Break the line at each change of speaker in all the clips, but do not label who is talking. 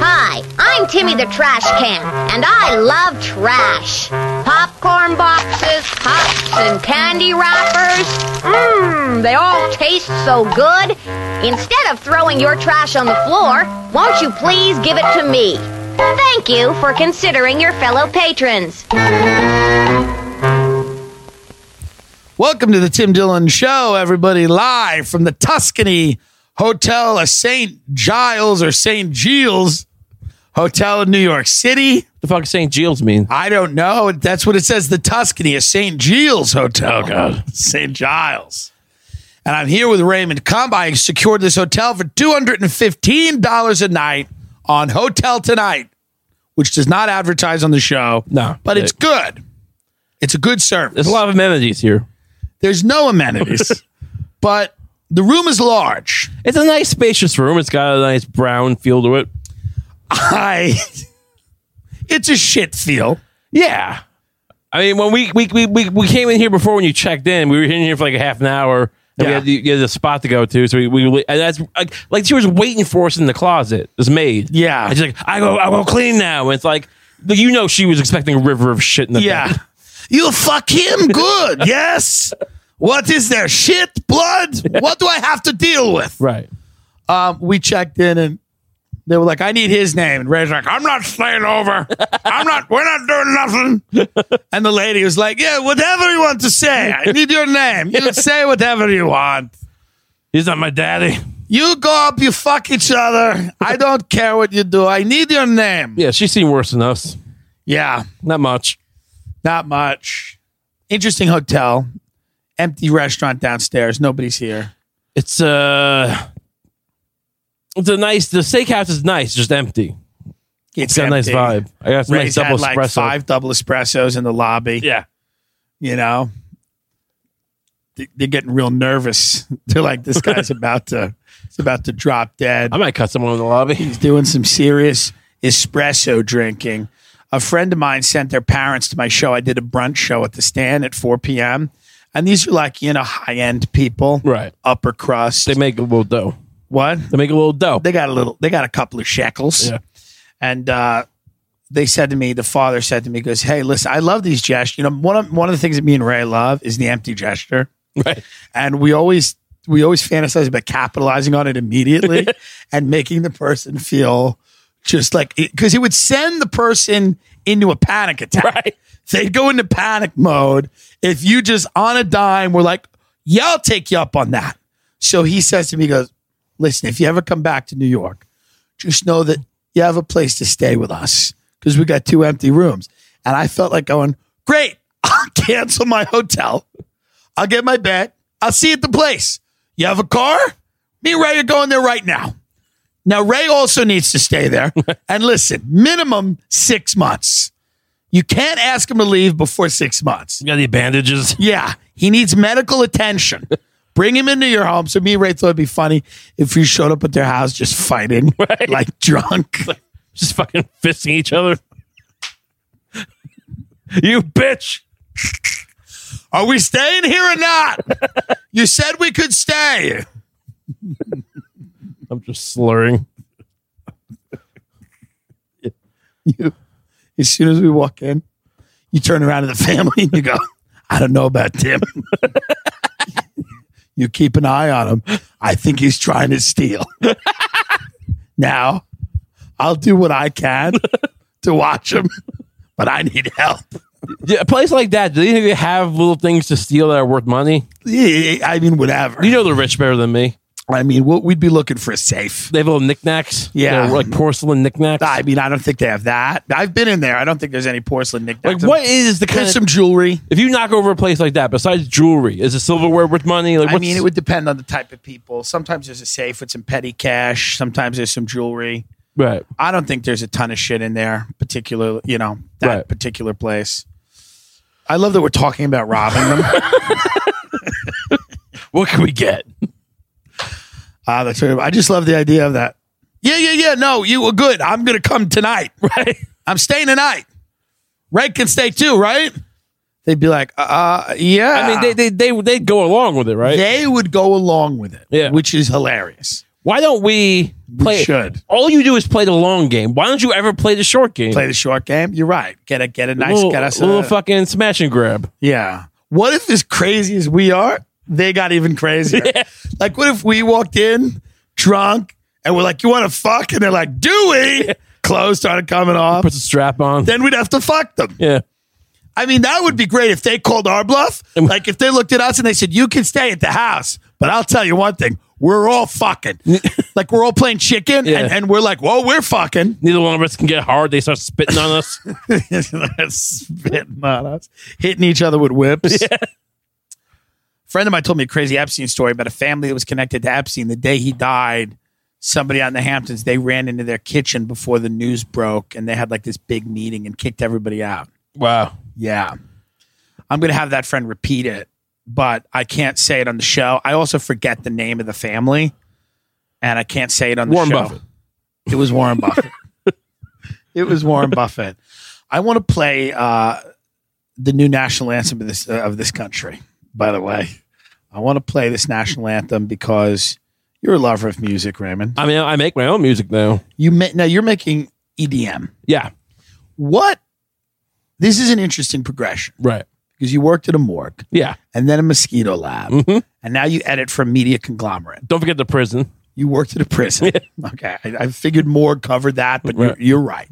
Hi, I'm Timmy the Trash Can, and I love trash. Popcorn boxes, cups, and candy wrappers. Mmm, they all taste so good. Instead of throwing your trash on the floor, won't you please give it to me? Thank you for considering your fellow patrons.
Welcome to the Tim Dillon Show, everybody, live from the Tuscany Hotel, a St. Giles or St. Giles Hotel in New York City.
The fuck St. Giles mean?
I don't know. That's what it says, the Tuscany, a St. Giles Hotel. God. St. Giles. And I'm here with Raymond Kump. I secured this hotel for $215 a night on Hotel Tonight, which does not advertise on the show.
No.
But it's good. It's a good service.
There's a lot of amenities here.
There's no amenities, but the room is large.
It's a nice, spacious room. It's got a nice brown feel to it.
I. it's a shit feel.
Yeah. I mean, when we we, we, we we came in here before when you checked in, we were in here for like a half an hour. And
Yeah.
we, had, you had a spot to go to, so we, we and that's like, like she was waiting for us in the closet. This maid,
Yeah.
And she's like, "I go, I go clean now." And it's like, you know, she was expecting a river of shit in the
Yeah.
back.
You fuck him good. yes. What is there? Shit, blood? What do I have to deal with?
right?
Um, we checked in and they were like, I need his name. And Ray's like, I'm not staying over. I'm not, we're not doing nothing. And the lady was like, Yeah, whatever you want to say. I need your name. You say whatever you want.
He's not my daddy.
You go up, you fuck each other. I don't care what you do. I need your name.
Yeah, she's seen worse than us.
Yeah,
Not much.
not much. Interesting hotel. Empty restaurant downstairs. Nobody's here.
It's uh, it's a nice. The steakhouse is nice, just empty. It's got a nice
empty.
vibe. I got some nice
Ray's
double
had like
espresso.
five double espressos in the lobby.
Yeah,
You know, They- they're getting real nervous. They're like, this guy's about to, it's about to drop dead.
I might cut someone in the lobby.
He's doing some serious espresso drinking. A friend of mine sent their parents to my show. I did a brunch show at the stand at 4 p.m. And these are like, you know, high end people,
Right.
Upper crust.
They make a little dough.
what?
They make a little dough.
They got a little, they got a couple of shekels.
Yeah.
And uh, they said to me, the father said to me, he goes, Hey, listen, I love these gestures. You know, one of, one of the things that me and Ray love is the empty gesture.
Right.
And we always, we always fantasize about capitalizing on it immediately and making the person feel just like, because it would send the person into a panic attack.
Right.
They'd go into panic mode if you just on a dime were like, yeah, I'll take you up on that. So he says to me, he goes, listen, if you ever come back to New York, just know that you have a place to stay with us because we got two empty rooms. And I felt like going, great, I'll cancel my hotel. I'll get my bed. I'll see you at the place. You have a car? Me and Ray are going there right now. Now, Ray also needs to stay there. and listen, minimum six months. You can't ask him to leave before six months.
You got any bandages?
Yeah, he needs medical attention. Bring him into your home. So me and Ray thought it'd be funny if you showed up at their house just fighting, like drunk.
Just fucking fisting each other. you bitch.
Are we staying here or not? you said we could stay.
I'm just slurring.
You, as soon as we walk in, you turn around to the family and you go, I don't know about Tim. you keep an eye on him. I think he's trying to steal. now, I'll do what I can to watch him, but I need help.
Yeah, a place like that, do you think they have little things to steal that are worth money?
Yeah, I mean, whatever.
You know the rich better than me.
I mean, what we'd be looking for a safe.
They have little knickknacks.
Yeah.
They're like porcelain knickknacks.
I mean, I don't think they have that. I've been in there. I don't think there's any porcelain knickknacks.
like what is the kind
There's
of,
some jewelry.
if you knock over a place like that, besides jewelry, is the silverware worth money? Like
I
what's,
mean, it would depend on the type of people. Sometimes there's a safe with some petty cash. Sometimes there's some jewelry.
Right.
I don't think there's a ton of shit in there, particularly, you know, that
Right.
particular place. I love that we're talking about robbing them.
What can we get?
Ah, that's right. I just love the idea of that. Yeah, yeah, yeah. No, you were good. I'm going to come tonight.
Right.
I'm staying tonight. Red can stay too, right? They'd be like, uh, yeah.
I mean, they they they they go along with it, right?
they would go along with it,
Yeah.
which is hilarious.
Why don't we play?
should.
All you do is play the long game. Why don't you ever play the short game?
Play the short game. You're right. Get a get a nice uh,
little,
get us
little
a,
fucking smash and grab.
Yeah. What if as crazy as we are, they got even crazier? Like, what if we walked in drunk and we're like, "You want to fuck?" and they're like, "Do we?" Clothes started coming off.
Put the strap on.
Then we'd have to fuck them.
yeah.
I mean, that would be great if they called our bluff. Like if they looked at us and they said, "You can stay at the house," but I'll tell you one thing: we're all fucking. like we're all playing chicken,
Yeah.
and, and we're like, "Whoa, we're fucking."
Neither one of us can get hard. They start spitting on us.
spitting on us, hitting each other with whips. friend of mine told me a crazy Epstein story about a family that was connected to Epstein. The day he died, somebody out in the Hamptons they ran into their kitchen before the news broke, and they had like this big meeting and kicked everybody out.
Wow.
Yeah, I'm gonna have that friend repeat it, but I can't say it on the show. I also forget the name of the family, and I can't say it on the
Warren
show.
Buffett.
It was Warren Buffett. it was Warren Buffett. I want to play uh, the new national anthem of this uh, of this country. By the way, I want to play this national anthem because you're a lover of music, Raymond.
I mean, I make my own music now.
You ma- now you're making EDM.
Yeah.
What? This is an interesting progression
Right.
because you worked at a morgue
Yeah.
and then a mosquito lab,
Mm-hmm.
and now you edit for a media conglomerate.
Don't forget the prison.
You worked at a prison. Okay. I, I figured more covered that, but
Right.
You're, you're right.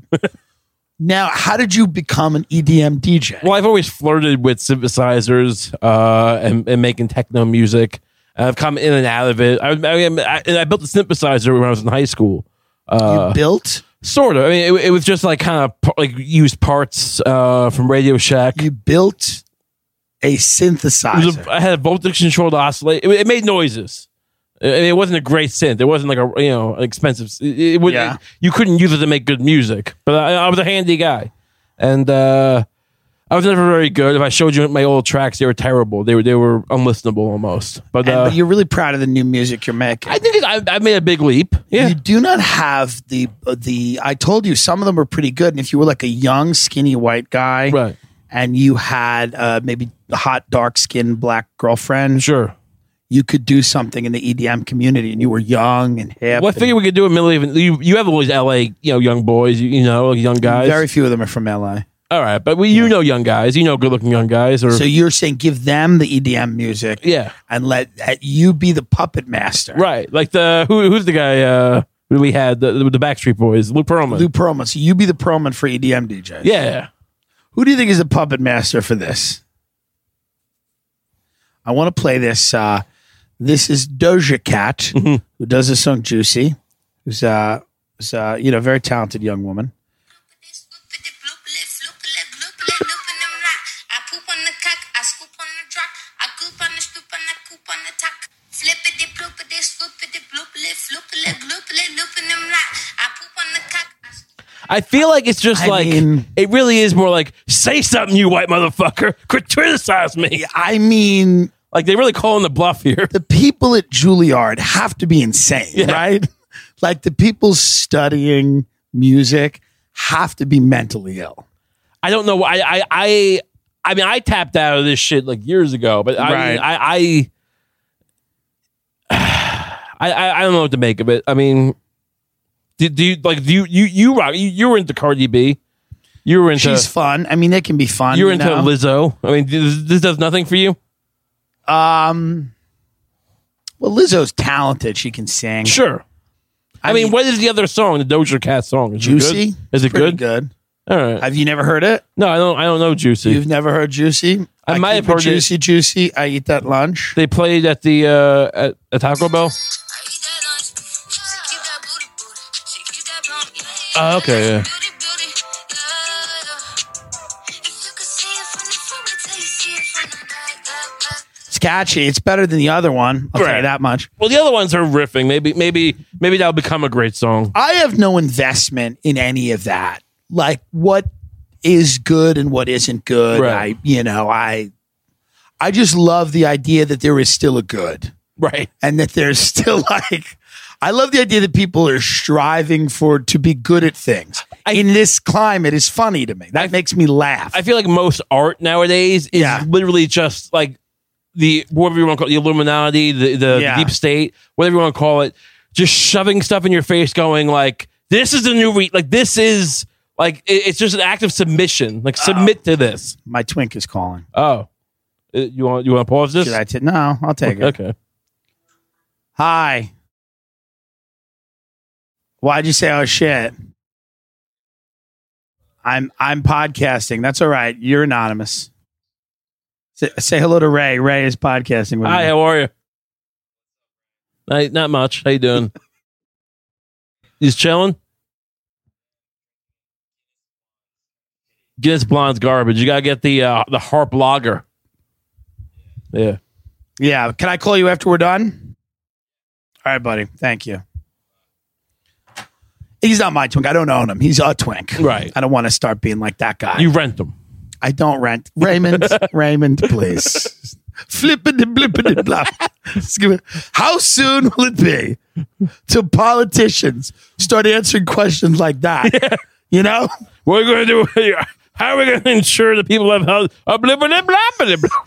now, how did you become an E EDM DJ?
Well, I've always flirted with synthesizers uh, and, and making techno music. And I've come in and out of it. I, I, I, and I built a synthesizer when I was in high school. uh,
you built
Sort of. I mean, it, it was just like kind of like used parts uh, from Radio Shack.
you built a
It was
synthesizer.
a- I had a voltage controlled oscillator. It, it made noises. I mean, it wasn't a great synth. It wasn't like a you know an expensive. s- It, it, would-
Yeah.
it- you couldn't use it to make good music. But I, I was a handy guy, and uh, I was never very good. If I showed you my old tracks, they were terrible. They were they were unlistenable almost.
and,
But, uh,
but you're really proud of the new music you're making.
I think it, I, I made a big leap. Yeah,
You do not have the uh, the. I told you some of them were pretty good, and if you were like a young, skinny white guy,
Right.
and you had uh, maybe a hot, dark skinned black girlfriend,
sure.
you could do something in the EDM community, and you were young and hip.
Well, I
and-
figured we could do a million. You you have all these LA you know young boys you, you know young guys.
Very few of them are from LA.
all right, but we you know young guys. You know good looking young guys or
So you're saying give them the EDM music,
Yeah.
and let uh, you be the puppet master,
Right. Like the who, who's the guy uh who we had the, the Backstreet Boys, Lou Pearlman.
Lou Pearlman. So you be the Pearlman for E EDM DJs.
yeah.
Who do you think is the puppet master for this? I want to play this. Uh, this is Doja Cat,
Mm-hmm.
who does the song "Juicy," who's uh, who's uh, you know, a very talented young woman.
I poop on the cock, I scoop on the drop, I goop on the stoop on the coop on the top. Flip it, dip, loop it, swoop it, dip, loop it, floop it, gloop it, looping them lot. I poop on the cock, I scoop
I feel like it's just
I
like
mean-
it really is more like say something, you white motherfucker. Quit criticize me.
I mean,
Like they really calling the bluff here.
the people at Juilliard have to be insane, right? Like the people studying music have to be mentally ill.
I don't know. why- I I I I mean I tapped out of this shit like years ago, but I
Right.
I, I I I I don't know what to make of it. I mean, do, do you like do you you you rock? You, you were into Cardi B. You were into
She's fun. I mean, they can be fun.
You're
you
into
know?
Lizzo. I mean, this, this does nothing for you.
Um, Well, Lizzo's talented. She can sing.
Sure. I, mean,
mean-
what is the other song? The Doja Cat song. Is It
Juicy.
good? Is it
Pretty
good?
Good.
All right.
Have you never heard it?
no, I don't. I don't know Juicy.
You've never heard Juicy?
I might
keep
have heard
it
it.
Juicy, Juicy. I eat that lunch.
they played at the uh, at, at Taco Bell.
I eat that lunch. She keep that booty booty. She keep that bum.
Oh, okay, yeah.
Beauty beauty. Yeah. If you could see it from the front, I'll tell you see it from the back, back, back.
It's
catchy. It's better than the other one. I'll tell
Right.
you that much.
Well, the other ones are riffing. Maybe, maybe, maybe that'll become a great song.
I have no investment in any of that. Like what is good and what isn't good.
Right.
I you know, I I just love the idea that there is still a good
Right.
and that there's still like I love the idea that people are striving for to be good at things. in this climate is funny to me. That makes me laugh.
I feel like most art nowadays is
Yeah.
literally just like the whatever you want to call it, the Illuminati, the the,
Yeah.
deep state, whatever you want to call it, just shoving stuff in your face, going like, "This is the new re- like this is like it- it's just an act of submission. Like
Oh.
submit to this."
My twink is calling.
Oh, Uh, you want you want to pause this?
Should I take no, I'll take it.
okay.
Hi. Why'd you say oh shit? I'm I'm podcasting. That's all right. You're anonymous. Say, say hello to Ray. Ray is podcasting with
Hi,
me.
how are you? Hi, not much. How you doing? He's chilling. Guinness Blonde's garbage. You gotta get the uh, the Harp Lager. Yeah.
Yeah. Can I call you after we're done? All right, buddy. Thank you. He's not my twink. I don't own him. He's a twink.
Right.
I don't want to start being like that guy.
You rent them.
I don't rent. Raymond, Raymond, please. Flippity blippity blop. Just give me- How soon will it be till politicians start answering questions like that? You know?
What are we gonna do? How are we gonna ensure that people have health? Uh, blippity blappity blop.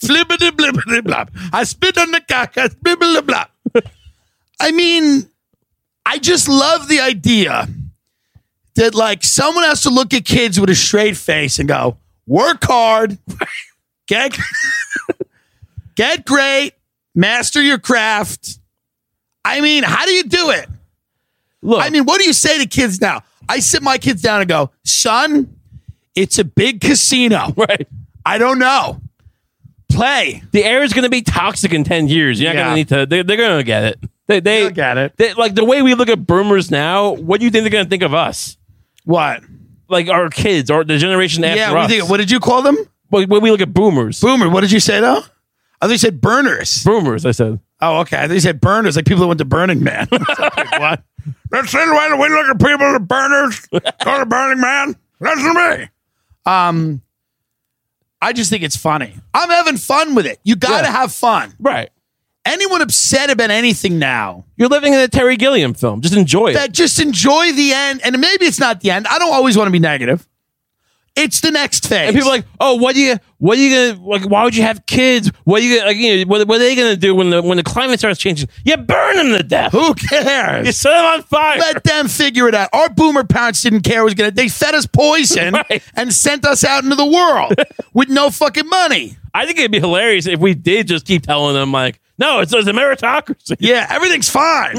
Flippity blippity blop. I spit on the cock. I spibbity blop. I mean, I just love the idea that like someone has to look at kids with a straight face and go, work hard, get get great, master your craft. I mean, how do you do it?
Look,
I mean, what do you say to kids now? I sit my kids down and go, son, it's a big casino.
right.
I don't know. Play.
The air is gonna be toxic in ten years. You're not
Yeah.
gonna need to. They, they're gonna get it. They, they
They'll get it.
They, like the way we look at boomers now. What do you think they're gonna think of us?
What?
like our kids or the generation after
yeah, what,
us.
do you think- what did you call them?
When- when we look at boomers,
Boomer. What did you say though? I thought you said burners.
boomers, I said.
Oh, okay. I thought you said burners, like people that went to Burning Man. like, what? That's the way that we look at people that burners. Go to Burning Man. Listen to me. Um, I just think it's funny. I'm having fun with it. You got to
Yeah.
have fun.
Right.
Anyone upset about anything now?
You're living in a Terry Gilliam film. Just enjoy it.
that just enjoy the end. And maybe it's not the end. I don't always want to be negative. It's the next phase.
and people are like, oh, what do you, what are you gonna, like, why would you have kids? What are you, gonna- like, you know, what, what are they gonna do when the when the climate starts changing? You burn them to death.
who cares?
You set them on fire.
Let them figure it out. Our boomer parents didn't care was gonna. They fed us poison
Right.
and sent us out into the world with no fucking money.
I think it'd be hilarious if we did just keep telling them like, no, it's, it's a meritocracy.
Yeah, everything's fine.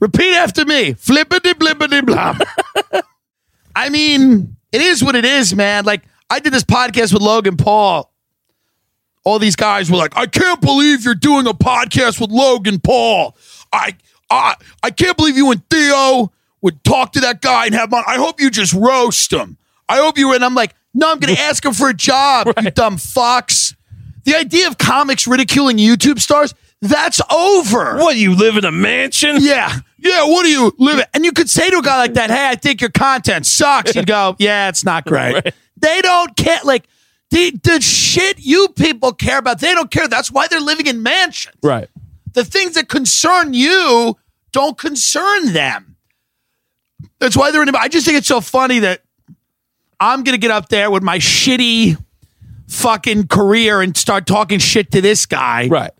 Repeat after me. Flippity blippity blah. I mean, it is what it is, man. Like I did this podcast with Logan Paul. All these guys were like, "I can't believe you're doing a podcast with Logan Paul. I I I can't believe you and Theo would talk to that guy and have him on. I hope you just roast him. I hope you." And I'm like, "No, I'm going to ask him for a job, you dumb fucks." The idea of comics ridiculing YouTube stars, that's over.
What, you live in a mansion?
Yeah. Yeah, what do you live in? And you could say to a guy like that, hey, I think your content sucks. He'd go, yeah, it's not great. They don't care. Like, the, the shit you people care about, they don't care. That's why they're living in mansions.
Right.
The things that concern you don't concern them. That's why they're in. I just think it's so funny that I'm going to get up there with my shitty fucking career and start talking shit to this guy
Right.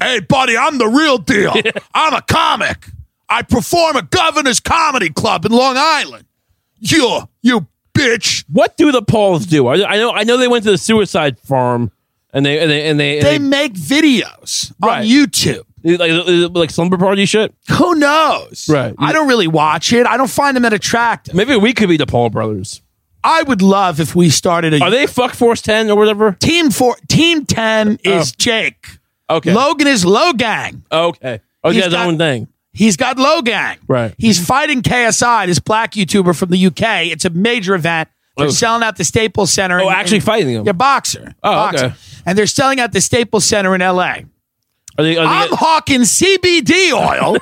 hey buddy i'm the real deal i'm a comic i perform at governor's comedy club in long island you you bitch
What do the Pauls do? I, I know, I know they went to the suicide farm and they, and they, and they, and
they make videos
Right.
on youtube
like like slumber party shit.
who knows
Right.
i don't really watch it i don't find them that attractive
Maybe we could be the Paul brothers.
i would love if we started a
Are they fuck force ten or whatever?
team four team 10 is
Oh.
jake
Okay.
logan is logang
okay. Oh, he
He's
has his
got-
own thing.
He's got Logang.
Right.
He's fighting KSI, this black YouTuber from the UK. It's a major event. They're
Oh.
selling out the Staples Center.
Oh, actually fighting them.
Your boxer.
Oh,
boxer.
okay.
And they're selling out the Staples Center in L.A.
Are they, are
I'm
they,
hawking CBD oil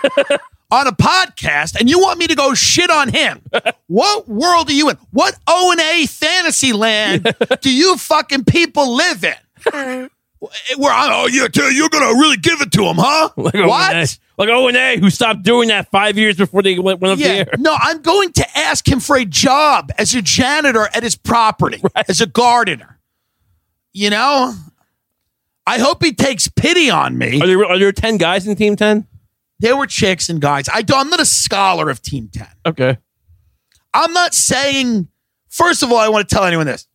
on a podcast, and you want me to go shit on him? What world are you in? What O and A fantasy land do you fucking people live in? Where I'm, oh yeah, dude, you're gonna really give it to him, huh?
like O&A. Like O and A, who stopped doing that five years before they went, went up the
Yeah,
air.
no, I'm going to ask him for a job as a janitor at his property, as a gardener. You know, I hope he takes pity on me.
Are there are there ten guys in Team Ten?
They were chicks and guys. I don't, I'm not a scholar of Team 10.
Okay.
I'm not saying, first of all, I want to tell anyone this.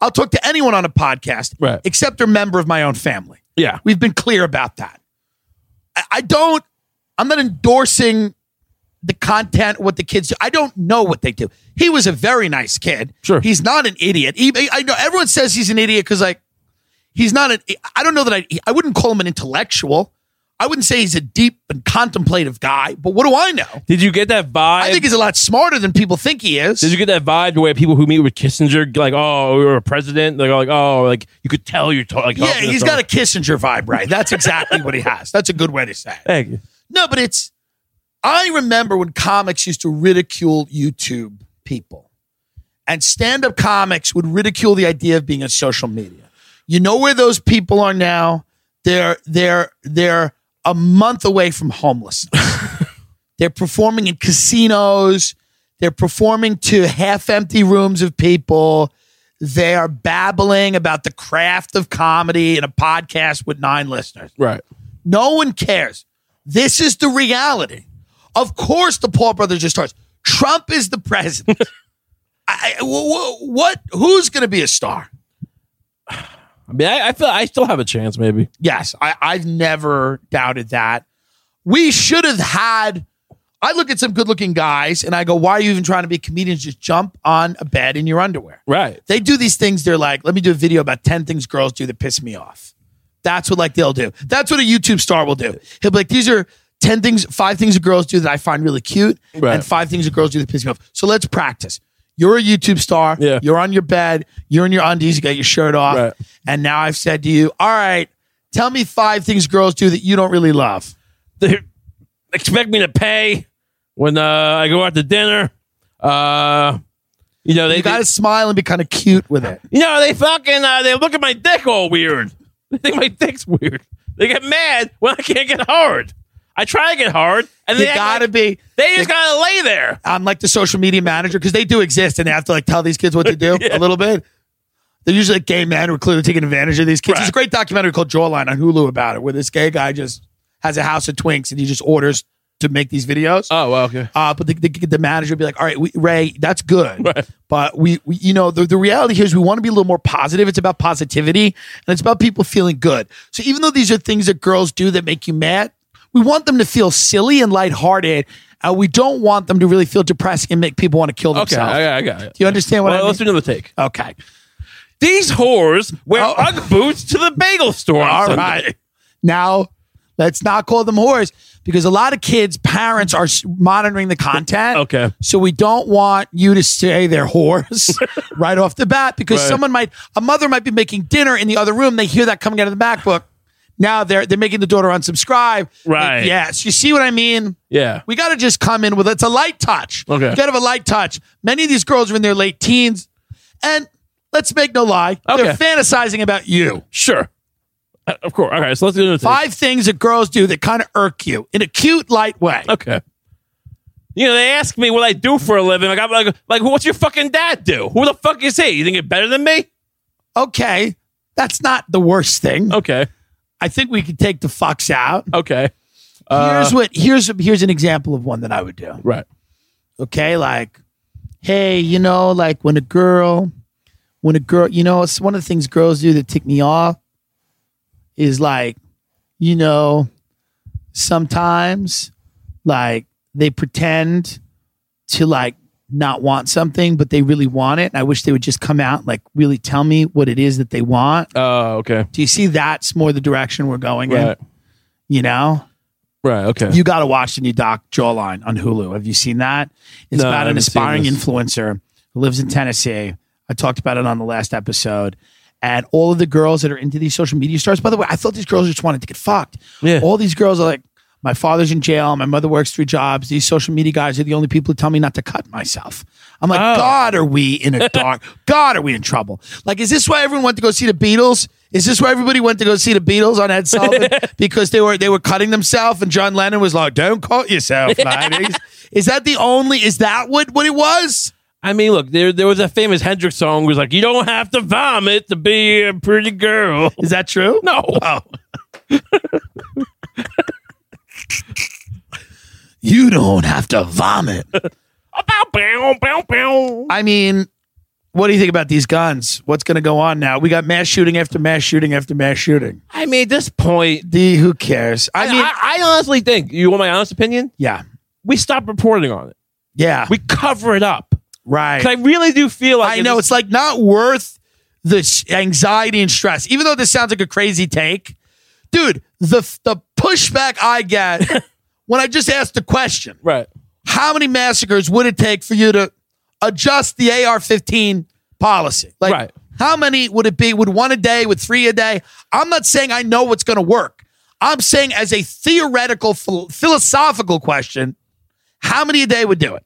I'll talk to anyone on a podcast,
Right.
except a member of my own family.
Yeah.
We've been clear about that. I, I don't, I'm not endorsing the content, what the kids do. I don't know what they do. He was a very nice kid.
Sure.
He's not an idiot. He- I know everyone says he's an idiot because, like, he's not an, I don't know that I, I wouldn't call him an intellectual. I wouldn't say he's a deep and contemplative guy, but what do I know?
Did you get that vibe?
I think he's a lot smarter than people think he is.
Did you get that vibe the way people who meet with Kissinger, like, oh, we were a president, like, like oh, like you could tell you're talking.
Yeah, he's got a Kissinger vibe, right? That's exactly what he has. That's a good way to say it.
Thank you.
No, but it's. I remember when comics used to ridicule YouTube people, and stand up comics would ridicule the idea of being on social media. You know where those people are now? They're they're they're a month away from homelessness. they're performing in casinos. They're performing to half empty rooms of people. They are babbling about the craft of comedy in a podcast with nine listeners.
Right.
No one cares. This is the reality. Of course, the Paul brothers just starts. Trump is the president. I, I- wh- wh- what? Who's going to be a star?
I mean, I, I feel I still have a chance, maybe.
Yes, I, I've never doubted that. We should have had. I look at some good-looking guys and I go, "Why are you even trying to be comedians? Just jump on a bed in your underwear."
Right.
They do these things. They're like, "Let me do a video about ten things girls do that piss me off." That's what like they'll do. That's what a YouTube star will do. He'll be like, "These are ten things, five things that girls do that I find really cute,
Right.
and five things that girls do that piss me off." So let's practice. You're a YouTube star.
Yeah.
You're on your bed. You're in your undies. You got your shirt off.
Right.
And now I've said to you, all right, tell me five things girls do that you don't really love.
They expect me to pay when uh, I go out to dinner. Uh, you know, they,
You got to smile and be kind of cute with it.
you know, they fucking, uh, they look at my dick all weird. They think my dick's weird. They get mad when I can't get hard. I try to get hard, and
You
they act
got to
like-
be.
They just gotta lay there.
I'm like the social media manager because they do exist and they have to like tell these kids what to do a little bit. They're usually like gay men who are clearly taking advantage of these kids. There's a
Right.
great documentary called Jawline on Hulu about it, where this gay guy just has a house of twinks and he just orders to make these videos.
Oh, well, okay.
Uh, but the, the, the manager would be like, all right, we, Ray, that's good. But we, we, you know, the, the reality here is we want to be a little more positive. It's about positivity and it's about people feeling good. So even though these are things that girls do that make you mad, we want them to feel silly and lighthearted. And we don't want them to really feel depressing and make people want to kill
Okay,
themselves.
I, I got it.
Do you understand what
Well,
I mean?
let's do another take.
okay.
These whores wear
Oh.
Ugg boots to the bagel store. on
All
Sunday.
right. Now, let's not call them whores because a lot of kids' parents are s- monitoring the content.
Okay.
So we don't want you to say they're whores right off the bat because
Right.
someone might, a mother might be making dinner in the other room. They hear that coming out of the MacBook. Now they're they're making the daughter unsubscribe.
Right.
Like, yes. You see what I mean?
Yeah.
We got to just come in with it's a light touch.
Okay.
You got to have a light touch. Many of these girls are in their late teens, and let's make no lie, they're
Okay.
fantasizing about you.
Sure. Uh, of course. All right. So let's do another take.
Five things that girls do that kind of irk you in a cute, light way.
Okay. You know, they ask me what I do for a living. Like, I'm like, like, what's your fucking dad do? Who the fuck is he? You think it's better than me?
Okay, that's not the worst thing.
Okay.
I think we could take the fucks out.
Okay.
here's what here's here's an example of one that I would do.
Right.
Okay, like, hey, you know, like when a girl, when a girl, you know, it's one of the things girls do that tick me off is like, you know, sometimes like they pretend to like not want something, but they really want it. And I wish they would just come out and like really tell me what it is that they want.
Oh, okay.
Do you see that's more the direction we're going in?
Right.
You know?
Right. Okay.
You got to watch the new doc Jawline on Hulu. Have you seen that? It's
No, I
about an
haven't seen
aspiring
this.
influencer who lives in Tennessee I talked about it on the last episode. And all of the girls that are into these social media stars, by the way, I thought these girls just wanted to get fucked.
Yeah.
All these girls are like, my father's in jail. My mother works three jobs. These social media guys are the only people who tell me not to cut myself. I'm like, God, are we in a dark? God, are we in trouble? Like, is this why everyone went to go see the Beatles? Is this why everybody went to go see the Beatles on Ed Sullivan because they were they were cutting themselves and John Lennon was like, "Don't cut yourself, ladies." is that the only? Is that what what it was?
I mean, look, there there was a famous Hendrix song was like, "You don't have to vomit to be a pretty girl."
Is that true? Oh.
No,
You don't have to vomit.
Bow, bow, bow.
I mean, what do you think about these guns? What's going to go on now? We got mass shooting after mass shooting after mass shooting.
I mean, at this point,
The who cares? I mean,
I, I honestly think you want my honest opinion.
yeah,
We stop reporting on it.
yeah,
We cover it up.
right.
'Cause I really do feel like
I know
it's
it's like not worth the sh- anxiety and stress. Even though this sounds like a crazy take, dude, the the pushback I get when I just asked the question,
right.
how many massacres would it take for you to adjust the AR-15 policy? Like,
Right.
how many would it be? Would one a day? Would three a day? I'm not saying I know what's going to work. I'm saying as a theoretical, phil- philosophical question, how many a day would do it?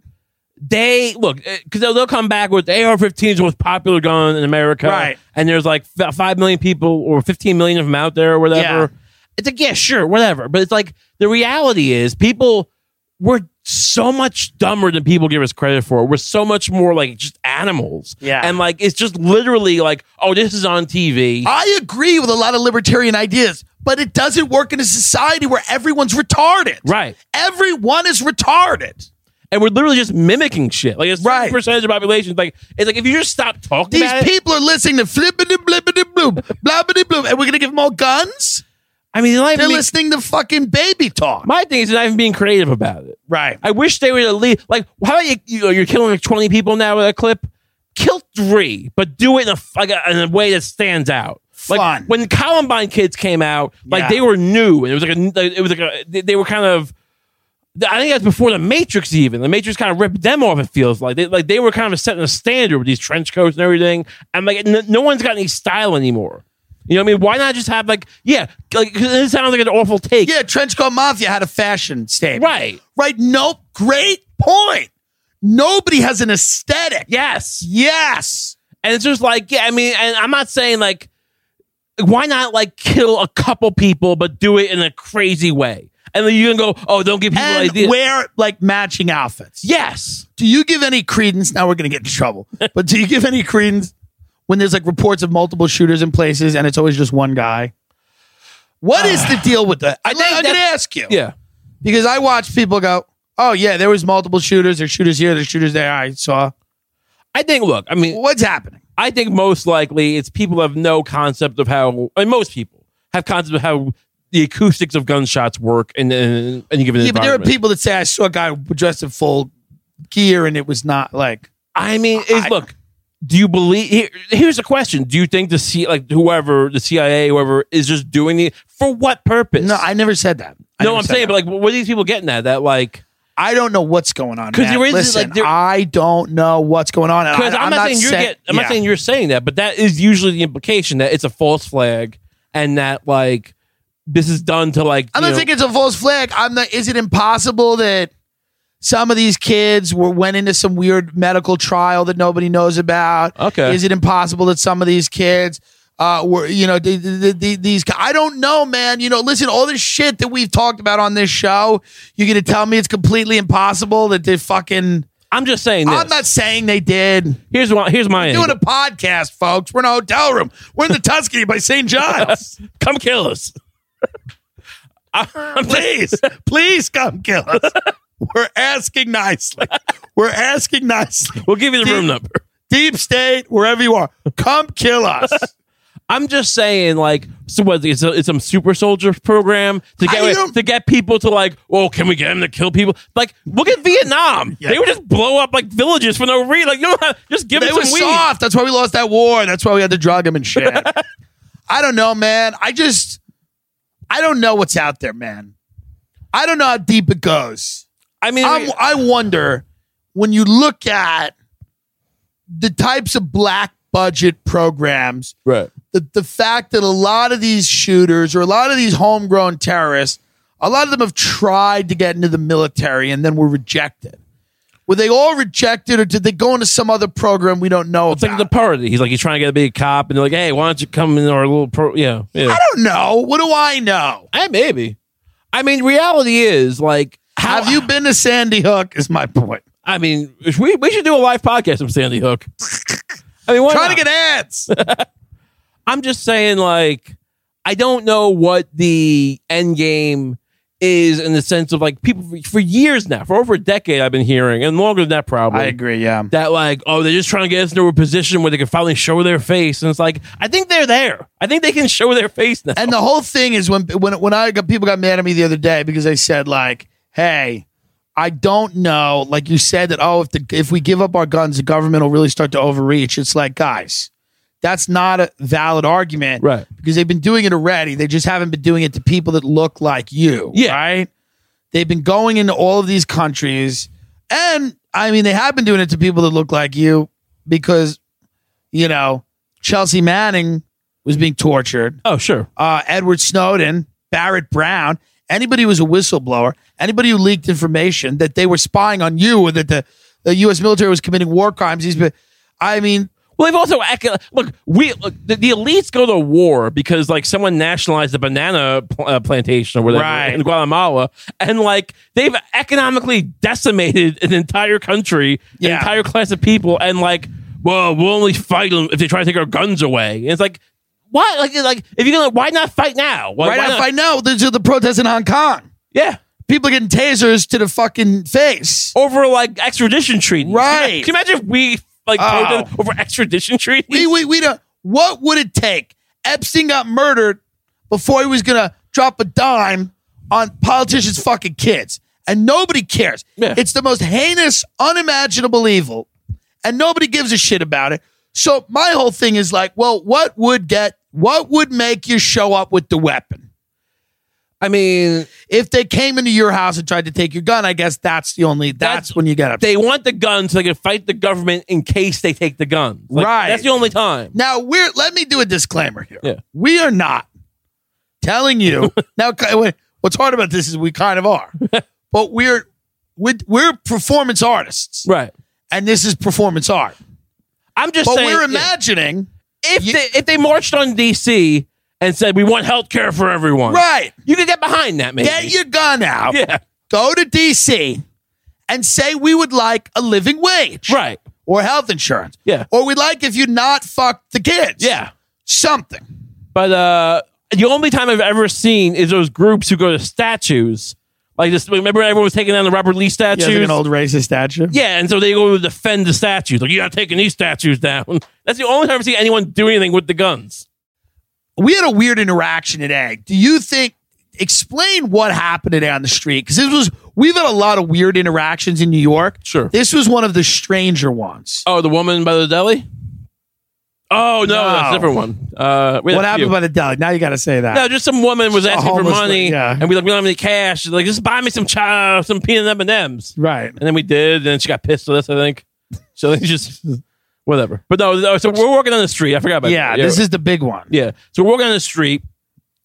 They look because they'll, they'll come back with AR-15 is the most popular gun in America,
Right.
And there's like f- five million people or 15 million of them out there or whatever. It's like yeah, sure, whatever. But it's like the reality is people we're so much dumber than people give us credit for. We're so much more like just animals,
Yeah.
And like it's just literally like oh, this is on TV.
I agree with a lot of libertarian ideas, but it doesn't work in a society where everyone's retarded.
Right.
Everyone is retarded.
and we're literally just mimicking shit. Like a certain
Right.
percentage of the population, like it's like if you just stop talking
These
about it-
people are listening to flippity blippity bloop, blabbity bloop, and we're gonna give them all guns?
I mean, they're not
They're
even being-
listening to fucking baby talk.
my thing is they're not even being creative about it.
Right.
I wish they would at least like how about you, you know, you're killing like 20 people now with a clip, kill three, but do it in a f- like a, in a way that stands out. Like
Fun.
when Columbine kids came out, like
Yeah.
they were new, and it was like a, like, it was like a, they, they were kind of. I think that's before the Matrix. Even the Matrix kind of ripped them off. It feels like they like they were kind of setting a standard with these trench coats and everything. And like n- no one's got any style anymore. You know what I mean? Why not just have like yeah? Like 'cause it sounds like an awful take.
Yeah, trench coat mafia had a fashion statement.
Right.
Right. Nope. Great point. Nobody has an aesthetic.
Yes.
Yes.
And it's just like, yeah, I mean, and I'm not saying like, why not like kill a couple people, but do it in a crazy way? And then you can go, oh, don't give people
And
ideas.
wear like matching outfits.
yes.
do you give any credence? Now we're going to get in trouble, but do you give any credence when there's like reports of multiple shooters in places and it's always just one guy? What is the deal with that? I am
think
going to
that-
ask you
Yeah.
because I watch people go, "Oh yeah, there was multiple shooters. There's shooters here. There's shooters there." I saw.
I think, look, I mean,
What's happening?
I think most likely it's people have no concept of how, and most people have concept of how the acoustics of gunshots work in, in, any given
Yeah, but there are
environment.
people that say I saw a guy dressed in full gear and it was not like
I mean, is,
I-
look, do you believe? Here, here's a question: Do you think the C, like whoever the CIA, whoever is just doing it for what purpose?
no. I never said that. I
no,
never
I'm
said
saying,
that.
but like, what are these people getting at? That like,
I don't know what's going on.
'Cause
Because
there is,
Listen,
like, there-
I don't know what's going on. and I-
because I'm, not saying you're
say-
get, I'm
Yeah.
not saying you're saying that, but that is usually the implication that it's a false flag and that like this is done to like.
I'm
you
not
know-
saying it's a false flag. I'm not. Is it impossible that some of these kids were went into some weird medical trial that nobody knows about?
Okay.
Is it impossible that some of these kids uh, were, you know, the, the, the, these? I don't know, man. You know, listen, all this shit that we've talked about on this show, you're gonna tell me it's completely impossible that they fucking.
I'm just saying this.
I'm not saying they did.
here's what. Here's my.
Doing
angle.
a podcast, folks. We're in a hotel room. We're in the Tuscany by St. Giles.
Come kill us. I'm just-
please, please come kill us. We're asking nicely. We're asking nicely.
we'll give you the
Dude.
room number.
Deep state, wherever you are, come kill us.
I'm just saying, like, so what? It's, a, it's some super soldier program to
I
get
don't-
to get people to like, oh, can we get them to kill people? Like, look at Vietnam.
Yeah.
They would just blow up like villages for no reason. Like, you don't have just give
They
them
were
some weed.
soft. That's why we lost that war. That's why we had to drug them and shit. I don't know, man. I just, I don't know what's out there, man. I don't know how deep it goes.
I mean,
I'm, I wonder when you look at the types of black budget programs
Right.
the, the fact that a lot of these shooters or a lot of these homegrown terrorists, a lot of them have tried to get into the military and then were rejected. Were they all rejected or did they go into some other program we don't know
It's like
about?
the party. He's like, he's trying to get a big cop, and they're like, hey, why don't you come in our little pro? Yeah. yeah.
I don't know. What do I know?
I maybe. I mean, reality is like, how
Have you been to Sandy Hook is my point.
I mean, we, we should do a live podcast from Sandy Hook. I mean, why
Trying
not?
to get ads.
I'm just saying, like, I don't know what the end game is in the sense of like people for, for years now, for over a decade, I've been hearing, and longer than that probably.
I agree, yeah.
That like, oh, they're just trying to get us into a position where they can finally show their face, and it's like, I think they're there. I think they can show their face now.
And the whole thing is when when when I got people got mad at me the other day because I said like, "Hey, I don't know." Like you said that, oh, if the if we give up our guns, the government will really start to overreach. It's like, guys, that's not a valid argument,
Right.
Because they've been doing it already. They just haven't been doing it to people that look like you,
Yeah.
Right? They've been going into all of these countries, and I mean, they have been doing it to people that look like you because, you know, Chelsea Manning was being tortured
oh, sure.
uh, Edward Snowden, Barrett Brown, anybody who was a whistleblower, anybody who leaked information that they were spying on you or that the, the U.S. military was committing war crimes. He's been, I mean,
Well, they've also eco- look. We look, the, the elites go to war because like someone nationalized the banana pl- uh, plantation or whatever
Right.
in Guatemala, and like they've economically decimated an entire country,
Yeah.
an entire class of people, and like, well, we'll only fight them if they try to take our guns away. And it's like, why? Like, like if you're gonna, why not fight now? Why,
right
why
now,
not-
I know there's the protests in Hong Kong.
Yeah,
People are getting tasers to the fucking face.
over like extradition treaties.
Right.
Can you imagine if we like
Oh.
voted over extradition treaties?
We, we, we don't. What would it take? Epstein got murdered before he was going to drop a dime on politicians' fucking kids. And nobody cares.
Yeah.
It's the most heinous, unimaginable evil. And nobody gives a shit about it. So my whole thing is like, well, what would get, what would make you show up with the weapon?
I mean,
If they came into your house and tried to take your gun, I guess that's the only, that's,
That's-
when you get up.
they want the guns so they can fight the government in case they take the guns. Like,
Right.
That's the only time.
Now we're let me do a disclaimer here.
Yeah.
We are not telling you now. ki- wait, What's hard about this is we kind of are, but we're we're, we're performance artists,
Right.
and this is performance art.
I'm just
But
saying.
we're
yeah,
imagining,
if
you-
they if they marched on DC and said we want health care for everyone,
right?
You could get behind that, maybe.
Get your gun out,
yeah.
go to DC, and say we would like a living wage,
Right.
or health insurance,
Yeah.
or we'd like if you not fuck the kids,
Yeah.
something.
But uh, the only time I've ever seen is those groups who go to statues. Like this, remember everyone was taking down the Robert Lee statues.
racist statue.
Yeah, and so they go to defend the statues. Like, you're not taking these statues down. That's the only time I've seen anyone do anything with the guns.
we had a weird interaction today. Do you think? Explain what happened today on the street because this was we've had a lot of weird interactions in New York.
Sure.
this was one of the stranger ones.
Oh, the woman by the deli? Oh, no,
No.
that's a different one. Uh, we had
what
a
happened
few.
by the deli? Now you got to say that.
No, just some woman was asking for
homeless lady,
money,
yeah.
and we like we don't have any cash. She's like, just buy me some cha, some peanut M and M's,
right.
and then we did. And then she got pissed at us, I think. So they just whatever. But no, no, so we're walking on the street. I forgot about
Yeah,
that.
this is the big one.
yeah. So we're walking on the street,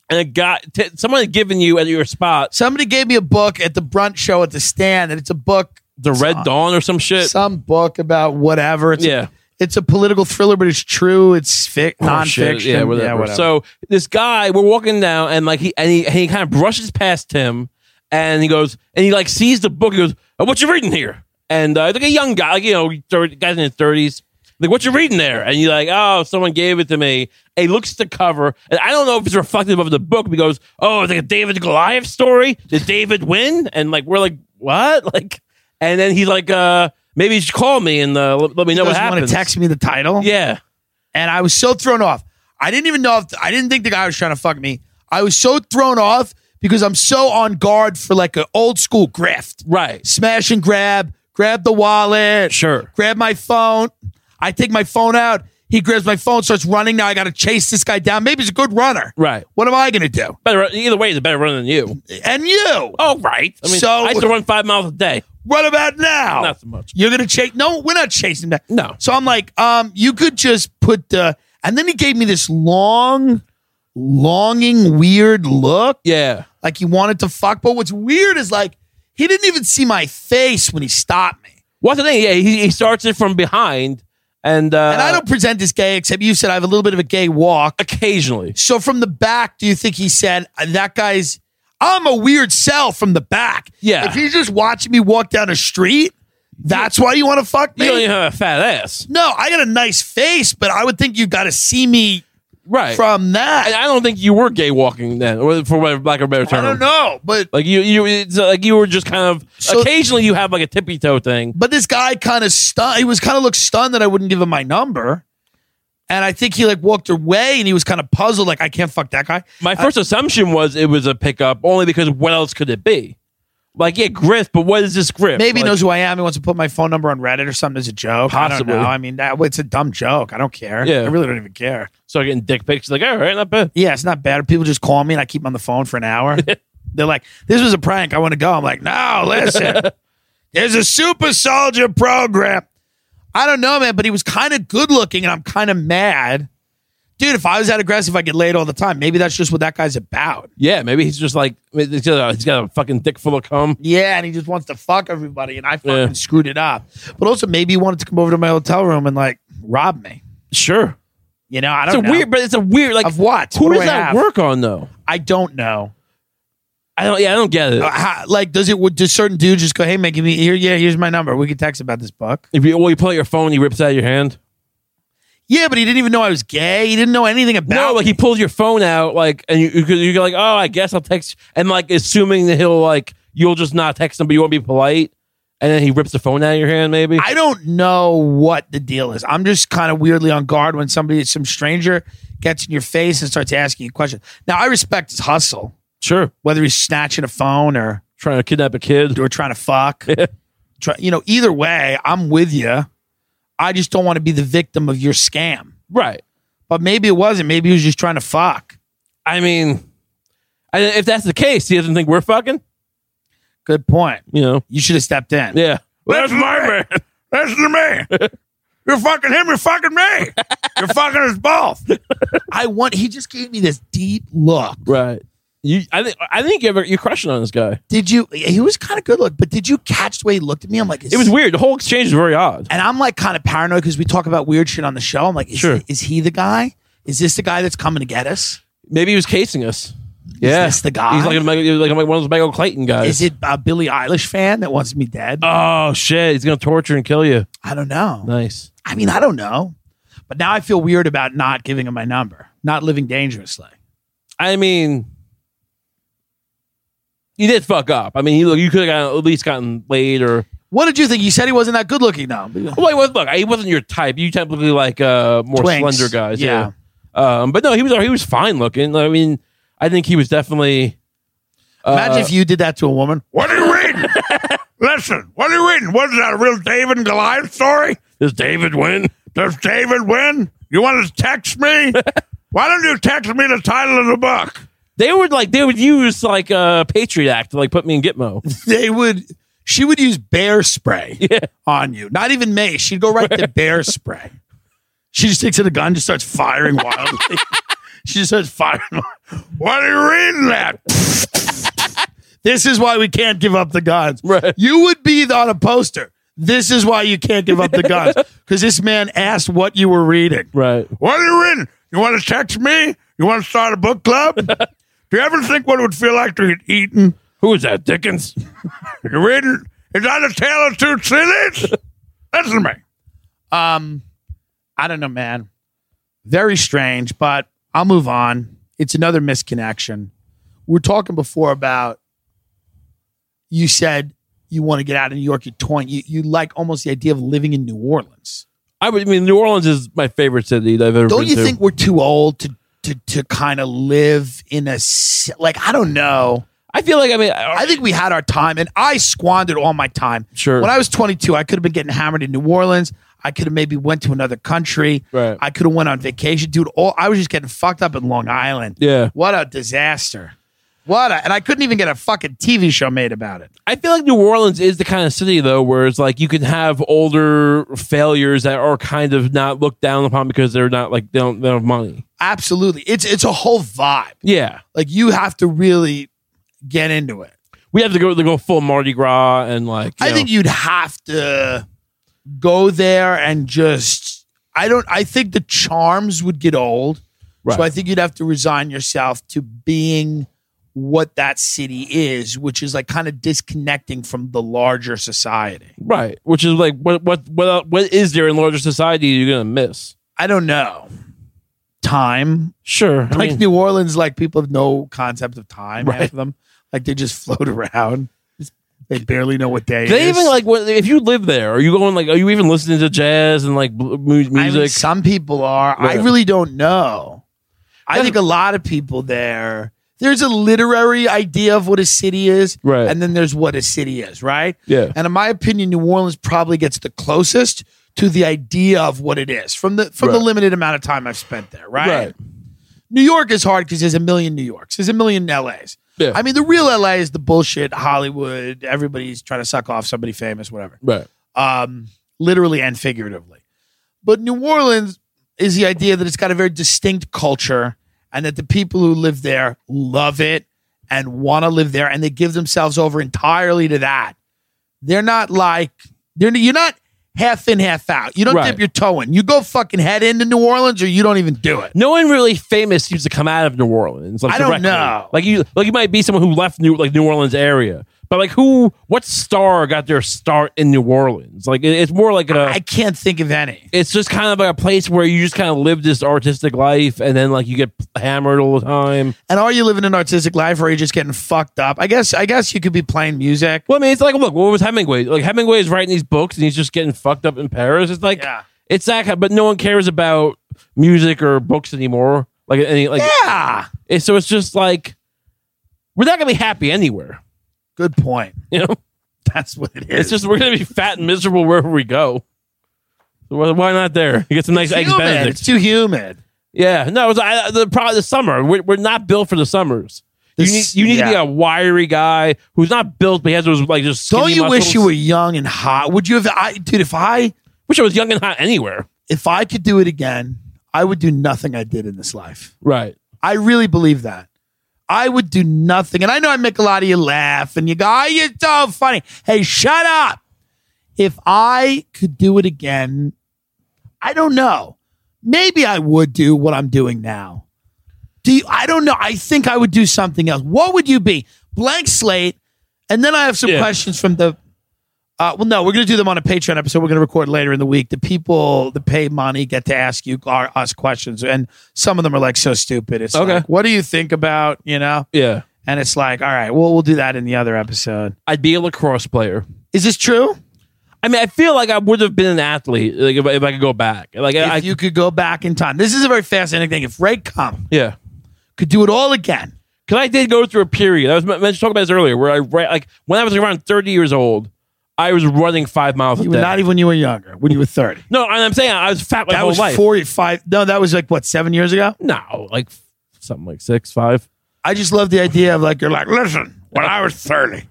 and a guy, t- someone had given you at your spot
Somebody gave me a book at the Brunt Show at the stand, and it's a book,
the Red Dawn or some shit.
some book about whatever. It's
Yeah.
a, it's a political thriller, but it's true. It's fic,
Oh,
nonfiction.
shit. Yeah, whatever. So this guy, we're walking down, and like he and he, and he kind of brushes past him, and he goes, and he like sees the book. He goes, oh, "What you reading here?" And uh, like a young guy, like you know, 30, guys in his thirties, like, "What you reading there?" And you're like, "Oh, someone gave it to me." And he looks at the cover, and I don't know if it's reflective of the book. But he goes, "Oh, it's like a David Goliath story. Did David win?" And like we're like, "What?" Like, and then he's like, "Uh, maybe you should call me and uh, let, let me know what
want
happens."
to text me the title?
Yeah.
and I was so thrown off. I didn't even know if I didn't think the guy was trying to fuck me. I was so thrown off because I'm so on guard for like an old school grift,
Right.
smash and grab, grab the wallet,
Sure.
grab my phone. I take my phone out. He grabs my phone, starts running. Now I got to chase this guy down. Maybe he's a good runner.
Right.
What am I going to do?
Better either way, he's a better runner than you.
And you.
Oh, right. I mean,
So- Oh.
I used to run five miles a day.
What about now?
Not so much.
You're gonna chase? No, we're not chasing that.
No.
So I'm like, um, you could just put the. And then he gave me this long, longing, weird look,
Yeah.
like he wanted to fuck. But what's weird is like he didn't even see my face when he stopped me.
What's the thing? Yeah, he, he starts it from behind, and uh,
And I don't present as gay, except you said I have a little bit of a gay walk.
occasionally.
So from the back, do you think he said "Uh, that guy's? I'm a weird sell from the back.
Yeah.
If he's just watching me walk down a street, that's why you want to fuck
You
me.
don't even have a fat ass,
No, I got a nice face, but I would think you got to see me
right?
from that.
and I don't think you were gay walking then, or for whatever lack of a better
I,
term.
don't know, but
Like you, you, it's like you were just kind of.
So-
occasionally, you have like a tippy toe thing.
but this guy kind of stunned. He was kind of looked stunned that I wouldn't give him my number, and I think he like walked away and he was kind of puzzled, like I can't fuck that guy.
My first assumption was it was a pickup, only because what else could it be? Like, yeah, grift, but what is this grift?
Maybe he
like,
knows who I am. He wants to put my phone number on Reddit or something as a joke. I
Possibly.
don't know. I mean, that, it's a dumb joke. I don't care.
Yeah.
I really don't even care.
Start getting dick pics. Like, all right, not bad.
Yeah, it's not bad. People just call me and I keep them on the phone for an hour. They're like, this was a prank. I want to go. I'm like, no, listen, there's a super soldier program. I don't know, man, but he was kind of good looking and I'm kind of mad. Dude, if I was that aggressive, I'd get laid all the time. Maybe that's just what that guy's about.
Yeah, maybe he's just like he's got a, he's got a fucking dick full of cum.
Yeah, and he just wants to fuck everybody, and I fucking
Yeah.
screwed it up. But also, maybe he wanted to come over to my hotel room and like rob me.
Sure,
You know, I
it's
don't
a
know.
weird, but it's a weird like
Of what?
Who
What do
does
I
that
have?
work on though?
I don't know.
I don't. Yeah, I don't get it.
Uh, how- like, does it? Would does certain dude just go, "Hey, man, give me here? Yeah, here's my number. We can text about this book."
If you well, you pull out your phone, he rips it out of your hand.
Yeah, but he didn't even know I was gay. He didn't know anything about.
No, like
me.
he pulls your phone out, like, and you you- you're like, oh, I guess I'll text, and like assuming that he'll like you'll just not text him, but you won't be polite, and then he rips the phone out of your hand, maybe.
I don't know what the deal is. I'm just kind of weirdly on guard when somebody, some stranger, gets in your face and starts asking you questions. Now, I respect his hustle,
sure,
whether he's snatching a phone or
trying to kidnap a kid.
or trying to fuck. Try, you know, either way, I'm with you. I just don't want to be the victim of your scam.
Right.
But maybe it wasn't. Maybe he was just trying to fuck.
I mean, I, if that's the case, he doesn't think we're fucking.
Good point.
You know.
You should have stepped in.
Yeah.
That's my man. That's to me. You're fucking him. You're fucking me. You're fucking us both. I want. He just gave me this deep look.
Right. You, I think, I think you're, you're crushing on this guy.
Did you? He was kind of good look, but did you catch the way he looked at me? I'm like,
It was weird. The whole exchange is very odd.
and I'm like kind of paranoid because we talk about weird shit on the show. I'm like, is,
Sure.
is he the guy? Is this the guy that's coming to get us?
Maybe he was casing us. Yeah,
this the guy?
He's like a, Meg- he's like one of those Michael Clayton guys.
Is it a Billie Eilish fan that wants me dead?
Oh shit! He's gonna torture and kill you.
I don't know.
Nice.
I mean, I don't know. But now I feel weird about not giving him my number, not living dangerously.
I mean, you did fuck up. I mean, you look, you could have at least gotten laid or.
What did you think? You said he wasn't that good looking, though.
Well, he was, look, he wasn't your type. You typically like uh, more
Twinks.
slender guys. Yeah. Um, but no, he was he was fine looking. I mean, I think he was definitely.
Imagine if you did that to a woman. Uh, What are you reading? Listen, what are you reading? Wasn't that a real David and Goliath story?
Does David win?
Does David win? You want to text me? Why don't you text me the title of the book?
They would like they would use like a uh, Patriot Act to like put me in Gitmo.
They would. She would use bear spray on you. Not even me. She'd go right to bear spray. She just takes out a gun, just starts firing wildly. she just starts firing. What are you reading that? this is why we can't give up the guns.
Right.
You would be on a poster. This is why you can't give up the guns because this man asked what you were reading.
Right.
What are you reading? You want to text me? You want to start a book club? Do you ever think what it would feel like to get eaten?
Who is that? Dickens.
You're reading, is that a tale of two cities? Listen to me. Um, I don't know, man. Very strange, but I'll move on. It's another misconnection. We were talking before about you said you want to get out of New York. You're torn. You, you like almost the idea of living in New Orleans.
I would. I mean, New Orleans is my favorite city that I've ever
Don't
been
you
to.
think we're too old to to, to kind of live in a ci- like I don't know.
I feel like I mean,
I think we had our time, and I squandered all my time.
Sure.
When I was 22, I could have been getting hammered in New Orleans. I could have maybe went to another country.
Right.
I could have went on vacation, dude. All I was just getting fucked up in Long Island.
Yeah.
What a disaster. What? A, and I couldn't even get a fucking TV show made about it.
I feel like New Orleans is the kind of city though where it's like you can have older failures that are kind of not looked down upon because they're not like they don't they don't have money.
Absolutely, it's it's a whole vibe.
Yeah.
Like you have to really get into it.
We have to go to go full Mardi Gras and like you
I
know.
think you'd have to go there and just. I don't. I think the charms would get old.
Right.
So I think you'd have to resign yourself to being what that city is, which is like kind of disconnecting from the larger society.
right. Which is like what what what el- what is there in larger society you're gonna miss?
I don't know. Time.
Sure. I
like
mean,
New Orleans, like people have no concept of time half
Right.
of them. Like they just float around. They barely know what day
do
it
they
is.
even like what if you live there? Are you going like are you even listening to jazz and like bl- mu-
I mean,
music?
some people are. I
Right.
really don't know. I
That's-
think a lot of people there. There's a literary idea of what a city is,
Right.
And then there's what a city is, right?
Yeah.
And in my opinion, New Orleans probably gets the closest to the idea of what it is from the from the
Right.
limited amount of time I've spent there, right?
Right.
New York is hard because there's a million New Yorks, there's a million LAs.
Yeah.
I mean, the real LA is the bullshit Hollywood. Everybody's trying to suck off somebody famous, whatever
right.
um, literally and figuratively. But New Orleans is the idea that it's got a very distinct culture and that the people who live there love it and want to live there and they give themselves over entirely to that. They're not like, they're, you're not half in, half out. You don't
Right.
dip your toe in. You go fucking head into New Orleans or you don't even do it.
No one really famous seems to come out of New Orleans. Like
I don't
directly.
know.
Like you, like you might be someone who left New like New Orleans area, but like who, what star got their start in New Orleans? Like it, it's more like a.
I can't think of any.
it's just kind of like a place where you just kind of live this artistic life, and then like you get hammered all the time.
And are you living an artistic life or are you just getting fucked up? I guess I guess you could be playing music.
Well, I mean, it's like look, what was Hemingway? Like Hemingway is writing these books, and he's just getting fucked up in Paris. It's like
Yeah.
it's that, kind- but no one cares about music or books anymore. Like any like,
Yeah.
it's- so it's just like we're not gonna be happy anywhere.
Good point.
You know.
That's what it is.
It's just we're gonna be fat and miserable wherever we go. So why- Why not there? You get some nice eggs
humid.
Benedict.
It's too humid.
Yeah, no, it's I, the probably the summer. We're, we're not built for the summers. you need
This-
you need to be
yeah.
a wiry guy who's not built, but he has those like just. Skinny
Don't you wish
muscles.
you were young and hot? Would you have? I, dude, if I
Wish I was young and hot anywhere.
if I could do it again, I would do nothing I did in this life.
Right.
I really believe that. I would do nothing, and I know I make a lot of you laugh, and you go, "Oh, you're so funny." Hey, shut up! If I could do it again, I don't know. Maybe I would do what I'm doing now. Do you, I don't know. I think I would do something else. What would you be? Blank slate. And then I have some
Yeah.
questions from the. Uh, well, no, we're going to do them on a Patreon episode. We're going to record later in the week. The people that pay money get to ask you our, us questions, and some of them are like so stupid. It's
Okay.
like, what do you think about you know?
Yeah.
And it's like, all right, well, we'll do that in the other episode.
I'd be a lacrosse player.
Is this true?
I mean, I feel like I would have been an athlete like if, I- if I could go back. Like I,
if you could go back in time, this is a very fascinating thing. If Raycom
yeah.
could do it all again,
because I did go through a period. I was mentioned talking about this earlier, where I ran like when I was around thirty years old, I was running five miles a
you
day.
were not even when you were younger, when you were thirty.
no, and I'm saying I was fat my
that
whole
was
life.
forty-five. No, that was like what seven years ago.
no, like f- something like six, five.
I just love the idea of like you're like, listen, when I was thirty,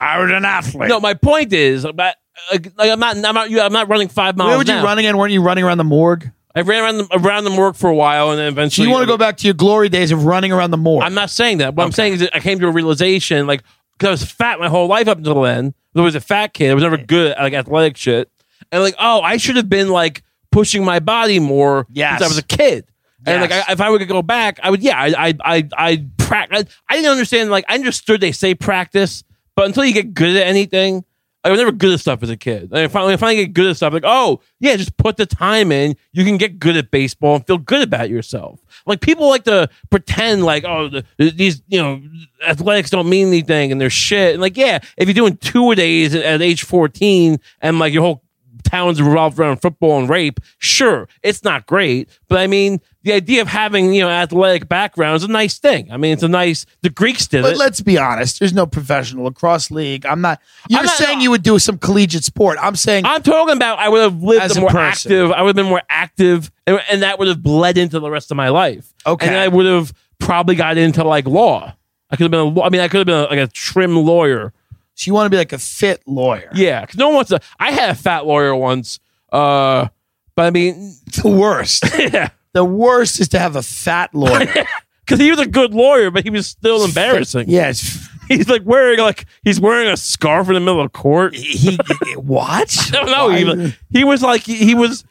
I was an athlete.
No, my point is, I'm not- like, like I'm not, I'm not, you- I'm not running five miles.
Where were you
now.
running in? Weren't you running around the morgue?
I ran around the, around the morgue for a while, and then
Do
eventually.
you want to go back to your glory days of running around the morgue?
I'm not saying that. What I'm saying is, that I came to a realization, like, because I was fat my whole life up until then. I was a fat kid. I was never good at like athletic shit, and like, oh, I should have been like pushing my body more
Yes.
since I was a kid. And
Yes.
like, I, if I were to go back, I would. Yeah, I, I, I, I practice. I didn't understand. Like, I understood they say practice, but until you get good at anything, I was never good at stuff as a kid. And I finally, I finally get good at stuff. Like, oh yeah, just put the time in. You can get good at baseball and feel good about yourself. Like people like to pretend like, oh, the, these you know athletics don't mean anything and they're shit. And like, yeah, if you're doing two a days at, at age 14 and like your whole town's revolved around football and rape, sure, it's not great. But I mean, the idea of having you know athletic background is a nice thing. I mean, it's a nice. The Greeks did
but
it.
let's be honest. There's no professional lacrosse league. I'm not. You're
I'm not-
saying you would do some collegiate sport. I'm saying
I'm talking about I would have lived
As
a
a
more
person.
active. I would have been more active, and, and that would have bled into the rest of my life.
Okay.
and I would have probably got into like law. I could have been. A, law- I mean, I could have been a, like a trim lawyer.
So you want to be like a fit lawyer.
Yeah, 'cause no one wants to. I had a fat lawyer once, uh, but I mean,
The worst.
yeah,
the worst is to have a fat lawyer.
because he was a good lawyer, but he was still embarrassing.
yeah. It's,
he's like wearing like he's wearing a scarf in the middle of court.
he, what?
I don't know. He, was-
Why-
he was like he, he was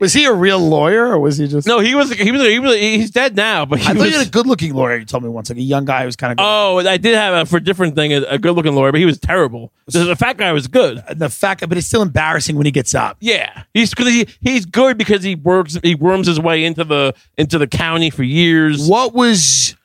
was he a real lawyer or was he just?
no he was he was he was he's dead now, but he
I thought
was.
you had a good-looking lawyer. You told me once, like a young guy who was kind of.
Oh, I did have a for a different thing a, good looking lawyer, but he was terrible. The the fat guy was good.
and the fact, but it's still embarrassing when he gets up.
Yeah, he's because he, he's good because he works he worms his way into the into the county for years.
What was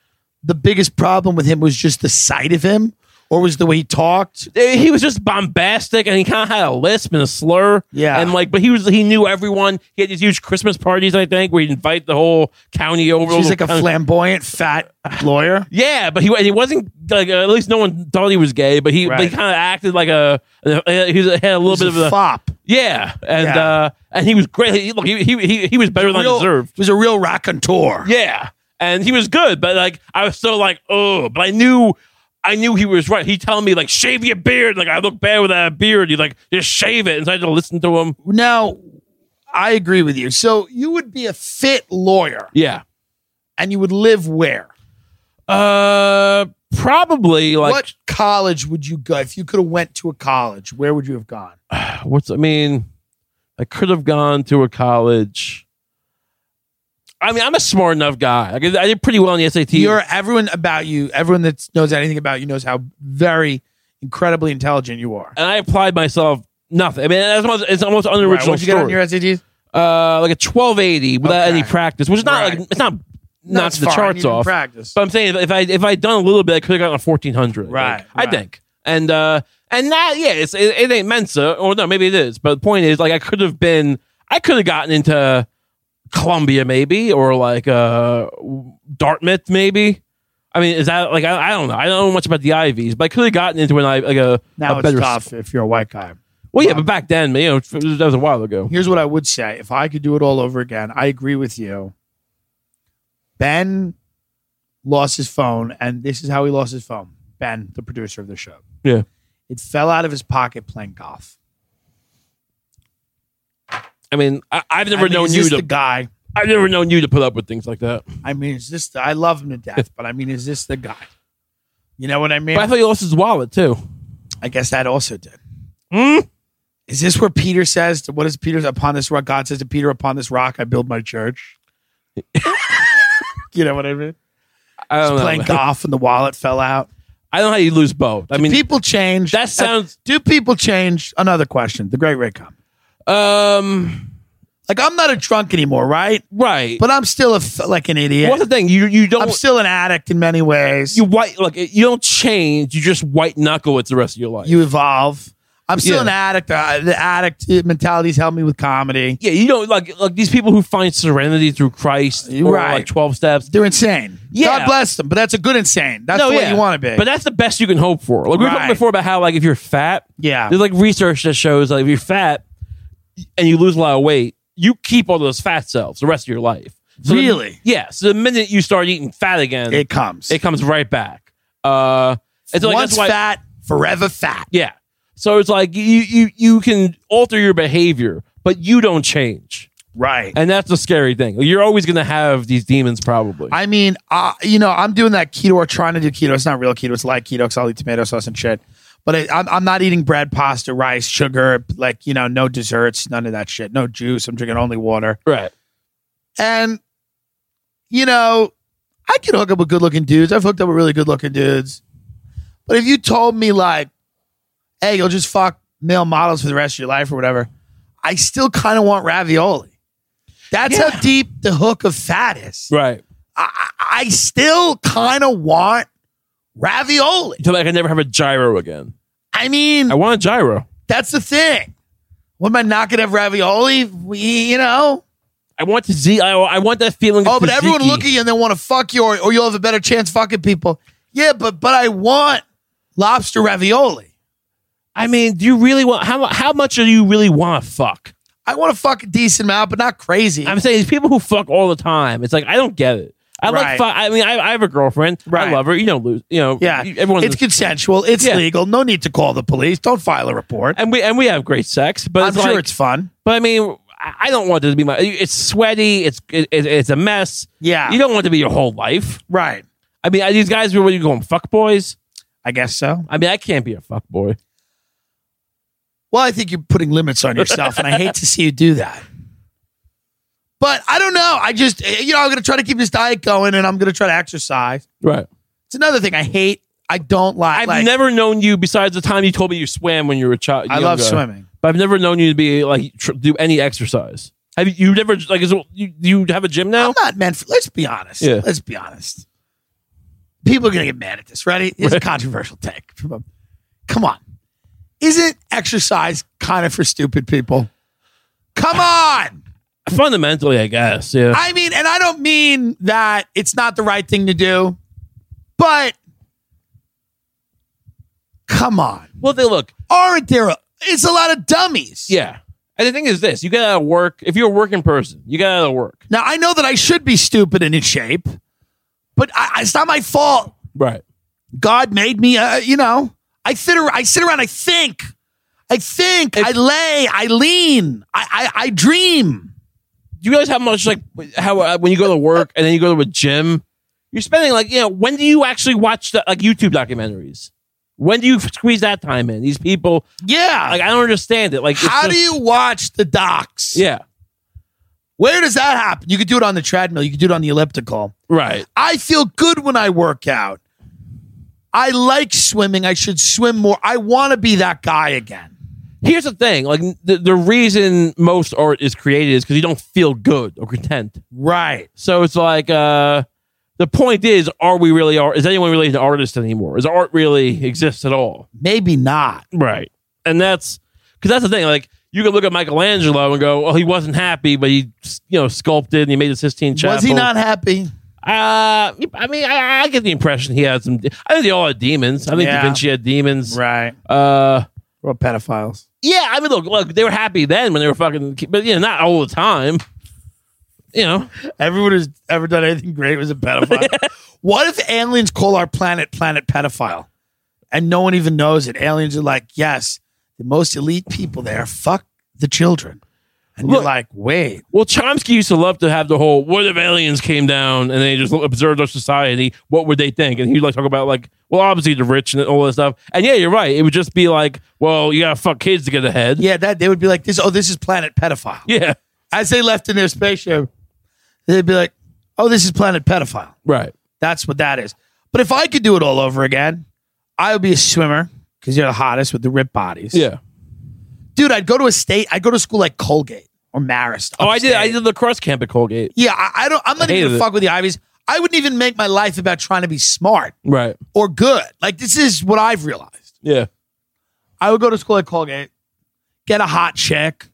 the biggest problem with him? Was just the sight of him, or was the way he talked?
Eh, He was just bombastic and he kind of had a lisp and a slur.
Yeah.
and like, but he was he knew everyone. He had these huge Christmas parties, I think, where he'd invite the whole county over.
She was like a
Kinda-
flamboyant, fat lawyer.
Yeah, but he he wasn't like uh, at least no one thought he was gay, but he
Right.
kind of acted like a uh, he was, had a little
He
bit
was
of
a
a
fop.
yeah, and
Yeah.
uh and he was great. He, look, he he he, he was better than I
Real-
deserved.
Was a real raconteur.
Yeah, and he was good, but like I was still like oh, but I knew. I knew he was right. He telling me like shave your beard. Like I look bad without a beard. He's like just shave it. And so I had to listen to him.
Now, I agree with you. So you would be a fit lawyer,
Yeah.
and you would live where?
Uh, probably like
what college would you go if you could have went to a college? Where would you have gone?
what's I mean, I could have gone to a college. I mean, I'm a smart enough guy. I did, I did pretty well on the SAT.
You're everyone about you. Everyone that knows anything about you knows how very incredibly intelligent you are.
and I applied myself nothing. I mean, that's almost, it's almost an
Right,
original
what'd you get on
story.
your SATs?
uh, like a 1280 without
Okay.
any practice, which is not
Right.
like it's not not
it's
the
fine, you
charts
didn't
off.
Practice.
But I'm saying if I if I'd done a little bit, I could have gotten a 1400. I think.
Right, right.
I think. And uh, and that yeah, it's, it, it ain't Mensa, or no, maybe it is. But the point is, like, I could have been, I could have gotten into Columbia maybe, or like uh, Dartmouth maybe. I mean, is that like I, I don't know. I don't know much about the Ivies, but I could have gotten into an I like a
now
a
it's
better
tough
s-
if you're a white guy.
Well, yeah, but back then, you know, f- that was a while ago.
Here's what I would say: if I could do it all over again, I agree with you. Ben lost his phone, and this is how he lost his phone. Ben, the producer of the show.
Yeah.
It fell out of his pocket playing golf.
I mean, I, I've
I
never
mean,
known
is
you
this
to.
the guy.
I've never known you to put up with things like that.
I mean, is this? The, I love him to death, but I mean, is this the guy? You know what I mean?
But I thought you lost his wallet too.
I guess that also did.
Hmm?
Is this where Peter says, to, "What is Peter's upon this rock?" God says to Peter, "Upon this rock, I build my church." you know what I mean?
I don't know.
Playing
man.
golf and the wallet fell out.
I don't know how you lose both. I mean,
people change. Uh,
that sounds.
Do people change? Another question. The Great Ray Cup.
Um,
Like I'm not a drunk anymore, right?
right. But
But I'm still a f- like an idiot.
what's the thing? You you don't
I'm still an addict in many ways.
you white look. You don't change. You just white knuckle it the rest of your life.
you evolve. I'm still
Yeah.
an addict. Uh, the addict mentality's helped me with comedy.
yeah, you don't like like these people who find serenity through Christ or
Right.
like twelve steps.
They're insane.
Yeah.
God bless them, but that's a good insane. That's what
yeah.
you want to be.
But that's the best you can hope for. Like we were
Right.
talking before about how like if you're fat,
yeah,
there's like research that shows like if you're fat and you lose a lot of weight, you keep all those fat cells the rest of your life. So the-
Really?
yeah. So the minute you start eating fat again,
it comes.
it comes right back. Uh, and so like,
Once
that's why,
fat, forever fat.
yeah. So it's like you you you can alter your behavior, but you don't change,
Right.
and that's the scary thing. You're always gonna have these demons, probably.
I mean, uh, you know, I'm doing that keto or trying to do keto. It's not real keto. It's like keto because I'll eat tomato sauce and shit. But I, I'm, I'm not eating bread, pasta, rice, sugar, like, you know, no desserts, none of that shit. No juice. I'm drinking only water.
right.
And, you know, I can hook up with good looking dudes. I've hooked up with really good looking dudes. But if you told me, like, hey, you'll just fuck male models for the rest of your life or whatever, I still kind of want ravioli. That's how deep the hook of fat is.
Right.
I, I I still kind of want ravioli.
Until like I never have a gyro again.
I mean,
I want a gyro.
that's the thing. What am I not going to have ravioli? We, you know?
I want to see. I, I want that feeling. of
Oh, but everyone
tzatziki.
look at you and they want to fuck you, or, or you'll have a better chance fucking people. Yeah, but but I want lobster ravioli.
I mean, do you really want how how much do you really want to fuck?
I want to fuck a decent amount, but not crazy.
I'm saying these people who fuck all the time. It's like I don't get it. I
Right.
like. Fi- I mean, I, I have a girlfriend.
Right.
I love her. You don't lose. You know.
Yeah,
you- Everyone's
it's consensual. It's
Yeah.
legal. No need to call the police. Don't file a report.
and we and we have great sex, but
I'm
it's
sure
like-
it's fun.
But I mean, I I don't want it to be my. It's sweaty. It's it, it- it's a mess.
Yeah.
You don't want it to be your whole life.
Right.
I mean, are these guys were what are you going fuck boys.
I guess so.
I mean, I can't be a fuck boy.
Well, I think you're putting limits on yourself, and I hate to see you do that. But I don't know. I just, eh, you know, I'm going to try to keep this diet going, and I'm going to try to exercise.
Right.
It's another thing I hate. I don't like.
I've
like,
never known you besides the time you told me you swam when you were a child.
I love
younger.
swimming.
but I've never known you to be like tr- do any exercise. Have you, you never like? Is it, you you have a gym now?
I'm not meant for. Let's be honest.
Yeah.
Let's be honest. People are going to get mad at this. Ready? It's a controversial take. Come on. Isn't exercise kind of for stupid people? Come on.
Fundamentally, I guess. Yeah.
I mean, and I don't mean that it's not the right thing to do, but come on.
well, they look.
Aren't there? A, it's a lot of dummies.
Yeah. And the thing is, this you got out of work. If you're a working person, you got out of work.
Now I know that I should be stupid and in shape, but I, it's not my fault.
Right.
God made me, uh, you know, I sit, ar- I sit around, I think, I think, I lay, I lean, I, I, I dream.
do you realize how much like how uh, when you go to work and then you go to a gym, you're spending like you know when do you actually watch the, like YouTube documentaries? When do you squeeze that time in? These people,
Yeah.
like I don't understand it. Like it's
How do
just-
you watch the docs?
Yeah,
Where does that happen? You could do it on the treadmill. You could do it on the elliptical.
right.
I feel good when I work out. I like swimming. I should swim more. I want to be that guy again.
Here's the thing: like the, the reason most art is created is because you don't feel good or content.
Right.
So it's like uh the point is: are we really art? Is anyone really an artist anymore? Is art really exists at all?
Maybe not.
Right. And that's because that's the thing. Like you could look at Michelangelo and go, "Oh, he wasn't happy, but he, you know, sculpted and he made the Sistine Chapel."
Was he not happy?
Uh, I mean, I, I get the impression he had some. De- I think they all had demons. I think
Yeah.
Da Vinci had demons.
Right.
Uh,
Or pedophiles.
yeah. I mean, look, look, they were happy then when they were fucking, but you know, not all the time. You know,
Everyone who's ever done anything great was a pedophile. what if aliens call our planet planet pedophile? And no one even knows it. Aliens are like, yes, the most elite people there fuck the children. And you're
Look-
like, wait.
well, Chomsky used to love to have the whole "What if aliens came down and they just observed our society? What would they think?" And he'd like talk about like, well, obviously the rich and all that stuff. And yeah, you're right. It would just be like, well, you gotta fuck kids to get ahead.
Yeah, that they would be like, this oh, this is planet pedophile.
yeah,
As they left in their spaceship, they'd be like, oh, this is planet pedophile.
right.
That's what that is. But if I could do it all over again, I would be a swimmer because you're the hottest with the ripped bodies.
Yeah.
Dude, I'd go to a state, I'd go to school like Colgate or Marist.
Oh, I did. I
upstate.
did the cross camp at Colgate.
Yeah, I, I don't. I'm not
I
even gonna
hated it.
fuck with the Ivies. I wouldn't even make my life about trying to be smart
Right.
or good. Like this is what I've realized.
Yeah.
I would go to school at Colgate, get a hot chick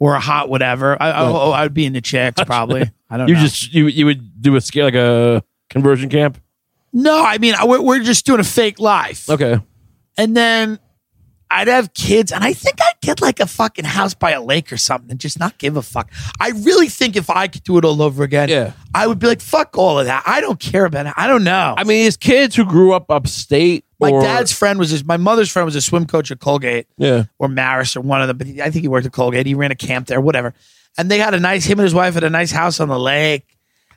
or a hot whatever. I, I,
Right.
oh, I would be into chicks probably. I don't.
You
know.
just you you would do a scale like a conversion camp.
no. I mean, I, we're, we're just doing a fake life.
Okay.
And then I'd have kids, and I think I'd get like a fucking house by a lake or something, and just not give a fuck. I really think if I could do it all over again,
Yeah.
I would be like, fuck all of that. I don't care about it. I don't know.
I mean, these kids who grew up upstate.
My
or-
dad's friend was his, my mother's friend was a swim coach at Colgate
Yeah.
or Marist or one of them, but he, I think he worked at Colgate. He ran a camp there, whatever. And they had a nice him and his wife had a nice house on the lake,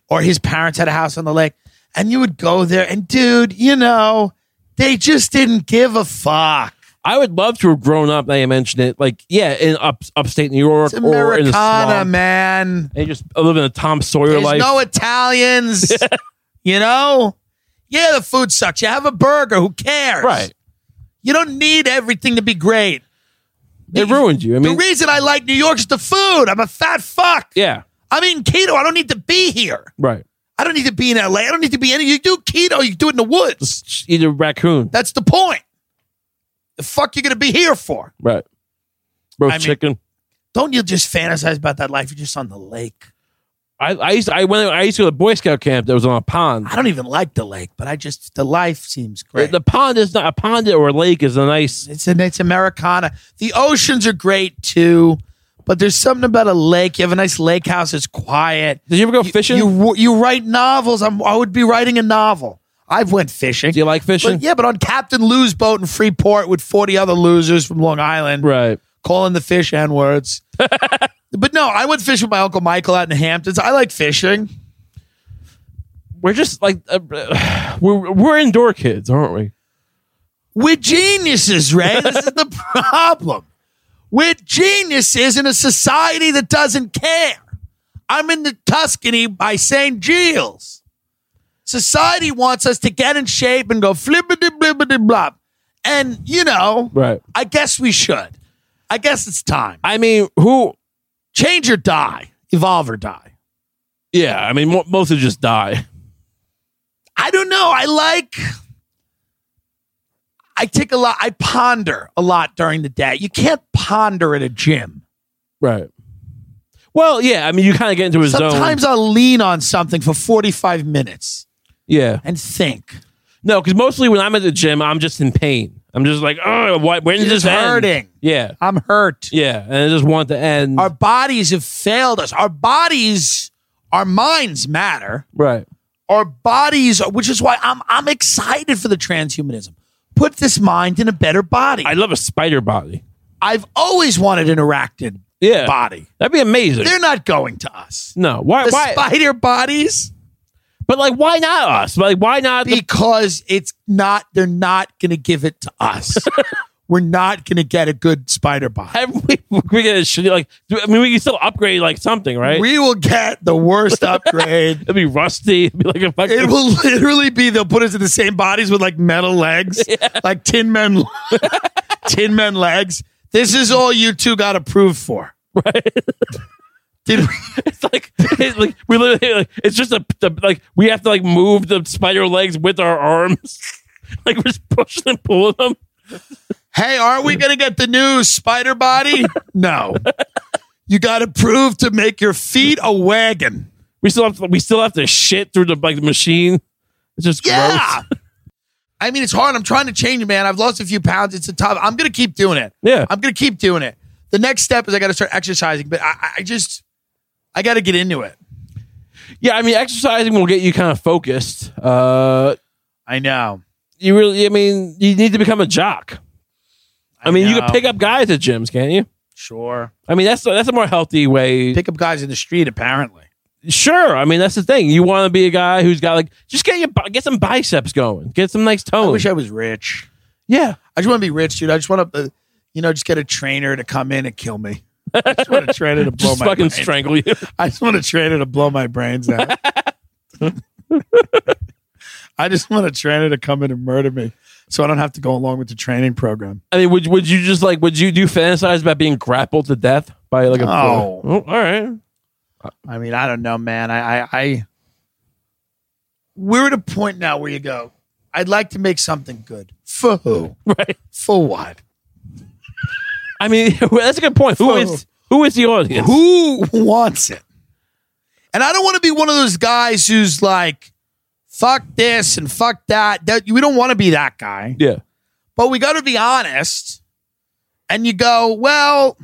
or his parents had a house on the lake. And you would go there, and dude, you know, they just didn't give a fuck.
I would love to have grown up. Now you mentioned it. Like, yeah, in up, upstate New
It's
York or in the
Americana,
slum.
man.
They just live in a Tom Sawyer
There's
life.
no Italians. you know, yeah, the food sucks. You have a burger. Who cares?
right.
You don't need everything to be great.
It ruined you. I mean,
the reason I like New York is the food. I'm a fat fuck.
yeah.
I'm eating keto. I don't need to be here.
Right.
I don't need to be in LA. I don't need to be any. You do keto, you do it in the woods.
Eat a raccoon.
That's the point. The fuck you gonna be here for?
Right. Roast
I mean-
chicken.
Don't you just fantasize about that life? You're just on the lake.
I, I used to, I went I used to go to a Boy Scout camp that was on a pond.
I don't even like the lake, but I just the life seems great.
The pond is not a pond or a lake is a nice
it's an, it's Americana. The oceans are great too, But there's something about a lake. You have a nice lake house. It's quiet.
Did you ever go fishing?
You you write novels. I'm, I would be writing a novel. I've went fishing.
Do you like fishing?
But yeah, but on Captain Lou's boat in Freeport with 40 other losers from Long Island,
Right.
calling the fish N words. but no, I went fishing with my Uncle Michael out in the Hamptons. I like fishing.
We're just like uh, we're we're indoor kids, aren't we?
We're geniuses, Ray. this is the problem. We're geniuses in a society that doesn't care. I'm in the Tuscany by St. Giles. Society wants us to get in shape and go flippity blippity blop. And, you know,
Right.
I guess we should. I guess it's time.
I mean, who?
Change or die, evolve or die.
Yeah. I mean, mo- most of just die.
I don't know. I like. I take a lot. I ponder a lot during the day. You can't ponder at a gym.
Right. Well, yeah. I mean, you kind of get into a
Sometimes
zone.
I'll lean on something for 45 minutes
Yeah.
and think.
No, because mostly when I'm at the gym, I'm just in pain. I'm just like, oh, why, when did
You're
this
just
end?
hurting.
Yeah.
I'm hurt.
Yeah. And I just want to end.
Our bodies have failed us. Our bodies, our minds matter.
right.
Our bodies, which is why I'm I'm excited for the transhumanism. Put this mind in a better body.
I love a spider body.
I've always wanted an arachnid
Yeah.
body.
That'd be amazing.
They're not going to us.
no. Why?
The
why?
spider bodies
but like, why not us? Like, why not? The,
because it's not. They're not going to give it to us. We're not going to get a good spider body.
have we, we get a shitty, like, do- I mean, we can still upgrade like something, right?
We will get the worst upgrade.
It'd be rusty. It'd be like a fucking.
It will literally be they'll put us in the same bodies with like metal legs, like tin men, tin men legs. This is all you two got approved for. Right? Did we,
It's like, it's like we literally like it's just a the, like we have to like move the spider legs with our arms, like we're just pushing and pulling them.
hey, aren't we gonna get the new spider body? No, you got approved to make your feet a wagon.
We still have to, we still have to shit through the like the machine. It's just
Yeah.
gross.
I mean, it's hard. I'm trying to change, man. I've lost a few pounds. It's a tough. I'm gonna keep doing it.
Yeah.
I'm gonna keep doing it. The next step is I gotta start exercising, but I, I just, I gotta get into it.
Yeah, I mean, exercising will get you kind of focused. Uh,
I know.
you really, I mean, you need to become a jock. I, mean, you
know.
can pick up guys at gyms, can't you?
Sure.
I mean, that's that's a more healthy way.
Pick up guys in the street, apparently.
sure. I mean, that's the thing. You want to be a guy who's got like just get your bi- get some biceps going, get some nice
I
tone.
wish I was rich.
yeah,
I just want to be rich, dude. I just want to, uh, you know, just get a trainer to come in and kill me. I just want a trainer to blow
just
my
fucking
brains.
strangle you.
I just want a trainer to blow my brains out. I just want a trainer to come in and murder me, so I don't have to go along with the training program.
I mean, would would you just like would you do you fantasize about being grappled to death by like a?
No.
Oh, all right.
I mean, I don't know, man. I, I, I we're at a point now where you go. I'd like to make something good for who?
Right.
For what?
I mean, that's a good point. Who is who is the audience?
Who wants it? And I don't want to be one of those guys who's like, fuck this and fuck that. that we don't want to be that guy.
Yeah.
But we got to be honest. And you go, well,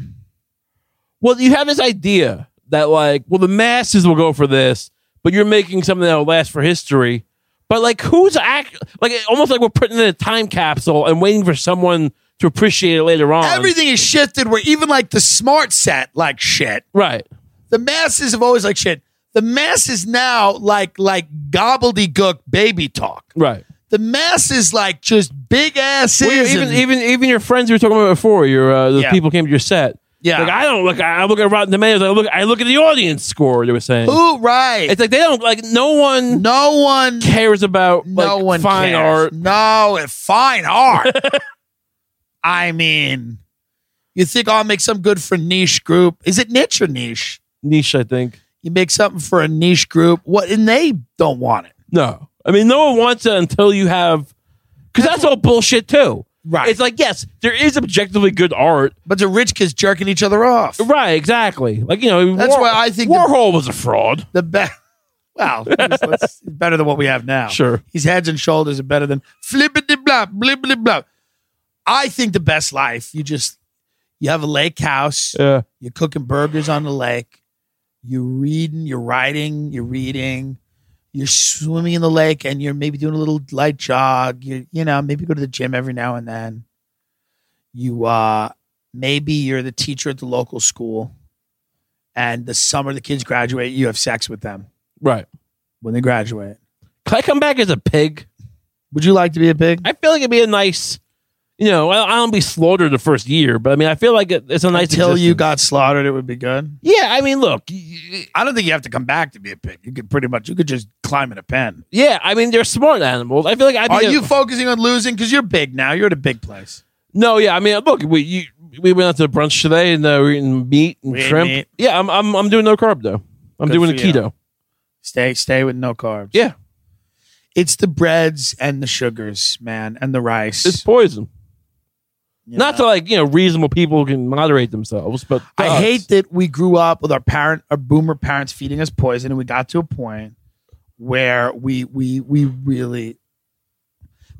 Well, you have this idea that like, well, the masses will go for this, but you're making something that will last for history. But like, who's act like almost like we're putting in a time capsule and waiting for someone to appreciate it later on.
everything is shifted where even like the smart set like shit.
right?
The masses have always like shit. The masses now like like gobbledygook baby talk.
Right.
The masses like just big asses.
Well, you're- even
and-
even even your friends you were talking about before, your uh, the
Yeah.
people came to your set.
Yeah.
Like I don't look. I I look at Rotten Tomatoes. I look. I look at the audience score. They were saying
Ooh, right.
it's like they don't like. No one
no one
cares about
no
like,
one
fine
cares.
art.
No, it's fine art. I mean, you think I'll make some good for niche group? Is it niche or niche?
Niche, I think.
You make something for a niche group, what? And they don't want it,
No. I mean, no one wants it until you have, because that's all bullshit too.
Right.
It's like, yes, there is objectively good art.
but the rich kids jerking each other off.
Right, exactly. Like, you know,
That's why I think the-
Warhol was a fraud.
The best. Wow, he's- he's better than what we have now.
Sure.
his heads and shoulders are better than flippity blah, blippity blah. I think the best life you just You have a lake house.
Yeah.
You're cooking burgers on the lake. You're reading. You're writing. You're reading. You're swimming in the lake, and you're maybe doing a little light jog. You you know maybe go to the gym every now and then. You uh maybe you're the teacher at the local school, and the summer the kids graduate, you have sex with them
Right.
when they graduate.
Can I come back as a pig?
Would you like to be a pig?
I feel like it'd be a nice, you know, I, I don't be slaughtered the first year, but I mean, I feel like it, it's a nice.
Until you
existence.
got slaughtered, it would be good.
Yeah, I mean, look. y-
I don't think you have to come back to be a pig. You could pretty much you could just climb in a pen.
Yeah, I mean, they're smart animals. I feel like I'd be
Are
a-
you focusing on losing? Because you're big now. You're at a big place.
No, yeah. I mean, look, we you, we went out to brunch today and uh, we were eating meat and
We ate
shrimp.
meat.
Yeah, I'm I'm I'm doing no carb though. I'm
Good
doing a
for you.
keto.
Stay stay with no carbs.
Yeah,
It's the breads and the sugars, man, and the rice.
it's poison.
you
Not
know?
to like you know reasonable people can moderate themselves, but
I
us-
hate that we grew up with our parent, our boomer parents feeding us poison, and we got to a point where we we we really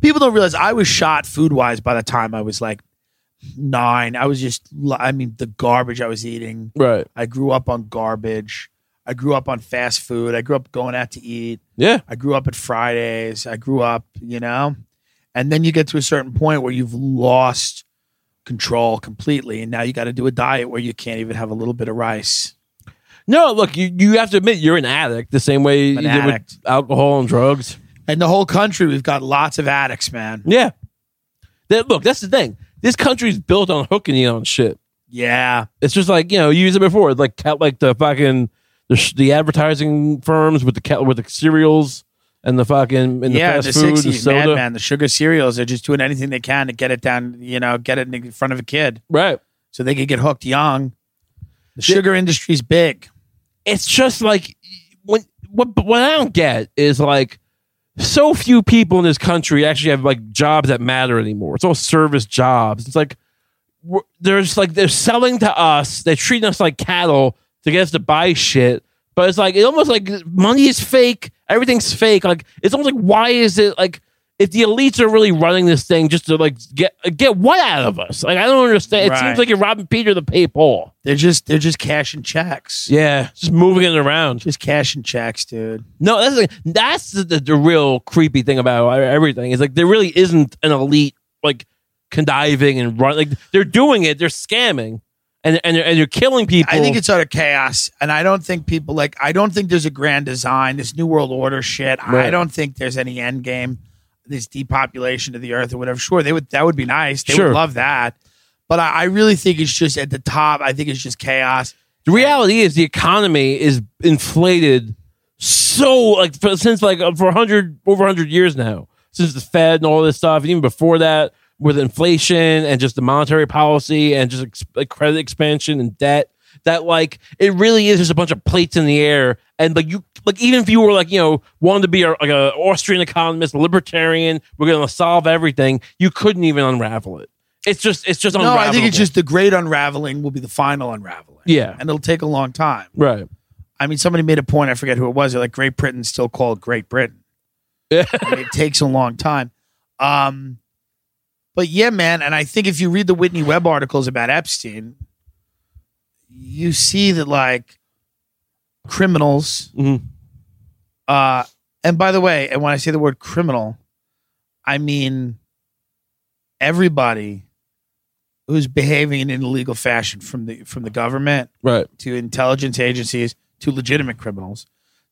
people don't realize I was shot food wise by the time I was like nine. I was just, li- I mean, the garbage I was eating.
right.
I grew up on garbage. I grew up on fast food. I grew up going out to eat.
Yeah,
I grew up at Fridays. I grew up, you know, and then you get to a certain point where you've lost control completely, and now you got to do a diet where you can't even have a little bit of rice.
no. Look, you, you have to admit you're an addict the same way
an
you did
addict.
with alcohol and drugs.
In the whole country, we've got lots of addicts, man.
Yeah. That look, that's the thing. This country's built on hooking you on shit.
Yeah,
It's just like you know, you used it before, like cat, like the fucking the, sh- the advertising firms with the cat with the cereals and the fucking and the
yeah. the
fast food and
'60s, man,
soda.
man. The sugar cereals—they're just doing anything they can to get it down, you know, get it in front of a kid
Right.
so they could get hooked young. The
Yeah.
sugar industry's big.
It's just like when what what I don't get is like so few people in this country actually have like jobs that matter anymore. It's all service jobs. It's like we're- they're just like they're selling to us. They're treating us like cattle to get us to buy shit. But it's like it almost like money is fake. Everything's fake. Like it's almost like why is it like if the elites are really running this thing just to like get get what out of us? Like I don't understand. It
Right.
seems like you're robbing Peter to pay Paul.
They're just they're just cashing checks.
Yeah, just moving it around.
Just cashing checks, dude.
No, that's like, that's the, the, the real creepy thing about everything. Is like there really isn't an elite like conniving and run like they're doing it. They're scamming and and they're, and they're killing people.
I think it's out of chaos, and I don't think people like. I don't think there's a grand design. This new world order shit. I
Right.
don't think there's any end game. This depopulation of the earth or whatever. Sure, they would. That would be nice. They
Sure.
would love that. But I, I really think it's just at the top. I think it's just chaos.
the reality is the economy is inflated so like for, since like uh, for hundred over hundred years now since the Fed and all this stuff and even before that with inflation and just the monetary policy and just ex- like credit expansion and debt that like it really is just a bunch of plates in the air and like you like even if you were like you know wanted to be a, like a Austrian economist a libertarian we're gonna solve everything you couldn't even unravel it it's just it's just
No, I think it's
unravelable.
just the great unraveling will be the final unraveling.
Yeah.
and it'll take a long time.
right
I mean, somebody made a point. I forget who it was. They're like, Great Britain's still called Great Britain.
Yeah.
And it takes a long time. Um, but yeah, man. And I think if you read the Whitney Webb articles about Epstein, you see that like criminals.
Mhm.
Uh, and by the way, and when I say the word criminal, I mean everybody who's behaving in an illegal fashion from the from the government
right
to intelligence agencies to legitimate criminals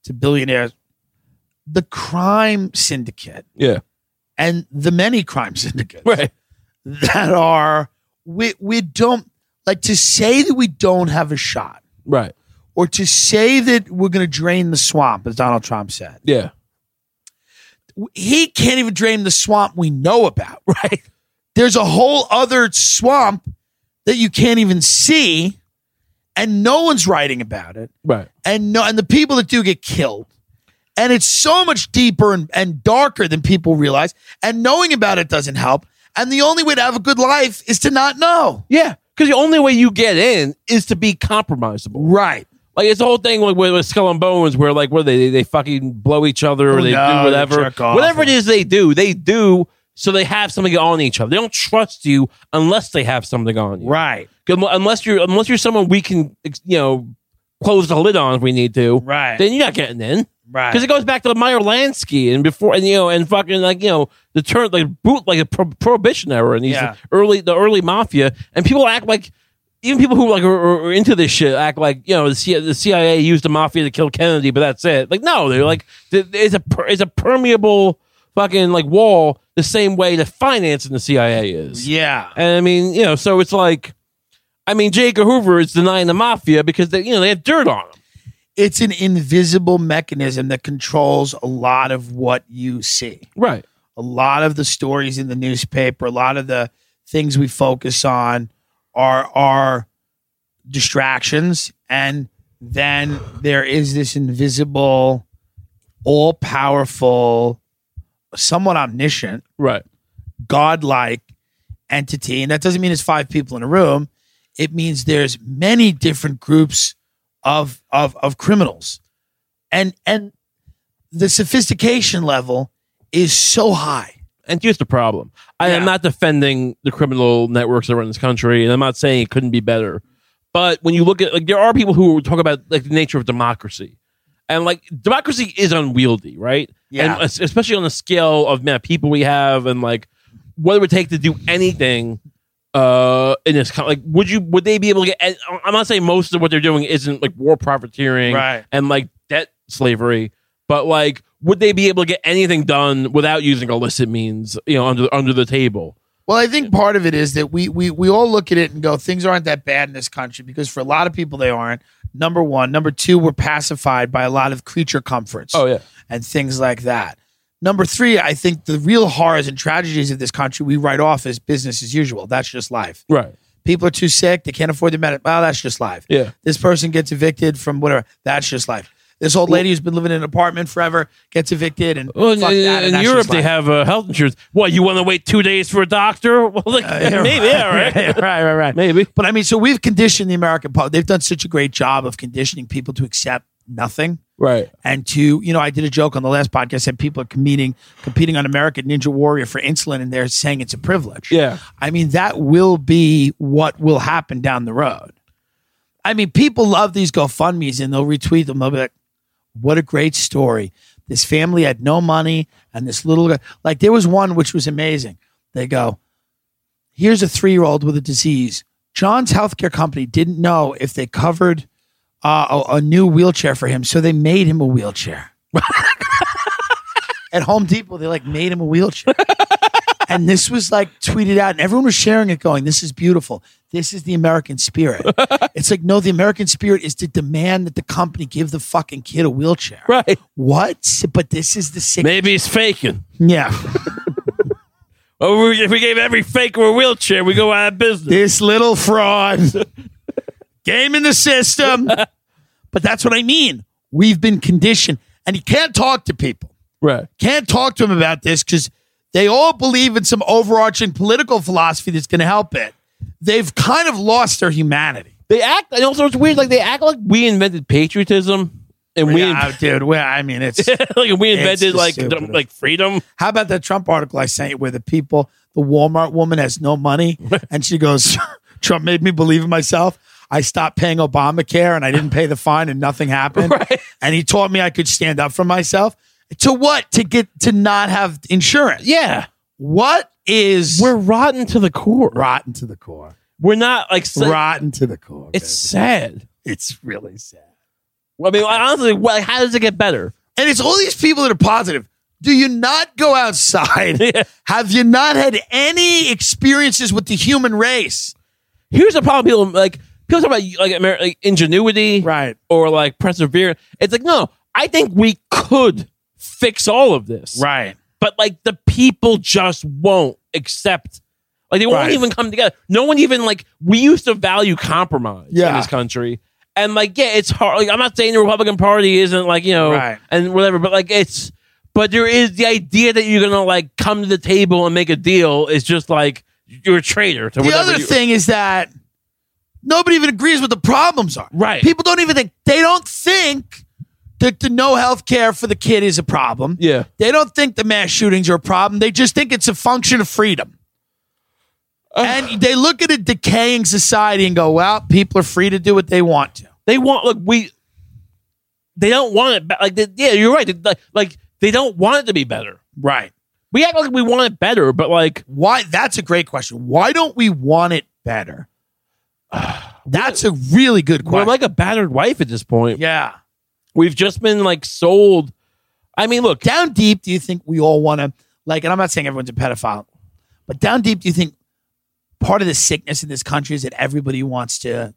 to billionaires the crime syndicate
yeah
and the many crime syndicates
right
that are we we don't like to say that we don't have a shot
right
or to say that we're going to drain the swamp as Donald Trump said
yeah
he can't even drain the swamp we know about
right
there's a whole other swamp that you can't even see and no one's writing about it
Right.
and no, and the people that do get killed. And it's so much deeper and, and darker than people realize. And knowing about it doesn't help. And the only way to have a good life is to not know.
Yeah. Because the only way you get in is to be compromisable.
Right.
Like it's the whole thing with, with Skull and Bones, where like what do they they fucking blow each other or
Oh,
they
no,
do
they
whatever,
jerk off.
whatever it is they do, they do So they have something on each other. They don't trust you unless they have something on you.
Right.
Unless you're unless you're someone we can ex- you know close the lid on if we need to.
Right.
Then you're not getting in.
right.
Because it goes back to Meyer Lansky and before and you know and fucking like you know the turn like boot like a pro- prohibition era and these
Yeah.
early the early mafia and people act like even people who like are, are- are into this shit act like you know the, C- the CIA used the mafia to kill Kennedy but that's it like no they're like th- it's a per- it's a permeable fucking like wall the same way the finance in the CIA is
yeah.
and I mean you know so it's like I mean J. Edgar Hoover is denying the mafia because they you know they have dirt on them
It's an invisible mechanism that controls a lot of what you see.
right
a lot of the stories in the newspaper, a lot of the things we focus on are are distractions and then there is this invisible all powerful somewhat omniscient
right
godlike entity and that doesn't mean it's five people in a room it means there's many different groups of of of criminals and and the sophistication level is so high
and here's the problem. I am
Yeah.
not defending the criminal networks that run this country, and I'm not saying it couldn't be better. But when you look at like there are people who talk about like the nature of democracy. And like democracy is unwieldy, right?
Yeah.
And es- especially on the scale of man, people we have and like what it would take to do anything uh in this co- like would you would they be able to get and uh, I'm not saying most of what they're doing isn't like war profiteering
Right.
and like debt slavery, but like would they be able to get anything done without using illicit means, you know, under under the table?
Well, I think part of it is that we we we all look at it and go, things aren't that bad in this country because for a lot of people they aren't. Number one, number two, we're pacified by a lot of creature comforts
Oh, yeah.
and things like that. Number three, I think the real horrors and tragedies of this country we write off as business as usual. That's just life.
Right.
People are too sick; they can't afford the medic. Well, that's just life.
Yeah.
This person gets evicted from whatever. That's just life. This old lady who's been living in an apartment forever gets evicted, and
Well, in,
fuck that, and
in
that's
Europe,
just
they
life.
have uh, health insurance. What, you want to wait two days for a doctor? Well, like, maybe, Uh, yeah, right?
right, right, right.
Maybe.
But I mean, so we've conditioned the American public. They've done such a great job of conditioning people to accept nothing
Right.
and to, you know, I did a joke on the last podcast said people are competing, competing on American Ninja Warrior for insulin and they're saying it's a privilege.
Yeah.
I mean, that will be what will happen down the road. I mean, people love these GoFundMe's and they'll retweet them. They'll be like, what a great story. This family had no money and this little guy, like, there was one which was amazing. They go, here's a three year old with a disease. John's healthcare company didn't know if they covered uh, a, a new wheelchair for him, so they made him a wheelchair. At Home Depot, they like made him a wheelchair. and this was like tweeted out, and everyone was sharing it, going, This is beautiful. This is the American spirit. it's like, no, the American spirit is to demand that the company give the fucking kid a wheelchair.
Right.
What? But this is the sick.
Maybe he's faking.
Yeah.
Oh, we- if we gave every faker a wheelchair, we go out of business.
this little fraud game in the system but that's what i mean we've been conditioned and you can't talk to people
Right.
can't talk to them about this because they all believe in some overarching political philosophy that's going to help it they've kind of lost their humanity
They act, and also it's weird, like they act like we invented patriotism and we,
yeah, dude well, i mean it's
like we
just
invented like,
stupid.
dom- like freedom.
how about that trump article i sent you where the people the walmart woman has no money and she goes trump made me believe in myself i stopped paying obamacare and i didn't pay the fine and nothing happened
Right.
and he taught me i could stand up for myself to what to get to not have insurance
Yeah.
what is
We're rotten to the core.
rotten to the core
We're not like, sa-
rotten to the core
it's
baby.
sad.
it's really sad
I mean, like, honestly, well, how does it get better?
and it's all these people that are positive. Do you not go outside?
Yeah.
Have you not had any experiences with the human race?
Here's the problem: people like people talk about like, Amer- like ingenuity,
Right.
or like perseverance. It's like no, I think we could fix all of this,
Right.
But like the people just won't accept. Like they won't
Right.
even come together. No one even like we used to value compromise in
Yeah.
this country. And like, yeah, it's hard. Like, I'm not saying the Republican Party isn't like, you know,
Right.
and whatever, but like it's but there is the idea that you're gonna like come to the table and make a deal is just like you're a traitor to
The
whatever
other
you-
thing is that nobody even agrees what the problems are.
Right.
People don't even think they don't think the, the no health care for the kid is a problem.
Yeah.
They don't think the mass shootings are a problem. They just think it's a function of freedom. and they look at a decaying society and go, well, people are free to do what they want to.
They want look we. They don't want it back. Like they, yeah, you're right. They- Like like they don't want it to be better.
Right.
We act like we want it better, but like
Why? That's a great question. Why don't we want it better? That's a really good
we're
question.
like a battered wife at this point.
yeah.
We've just been like sold. I mean, look,
down deep, do you think we all want to like? And I'm not saying everyone's a pedophile, but down deep, do you think part of the sickness in this country is that everybody wants to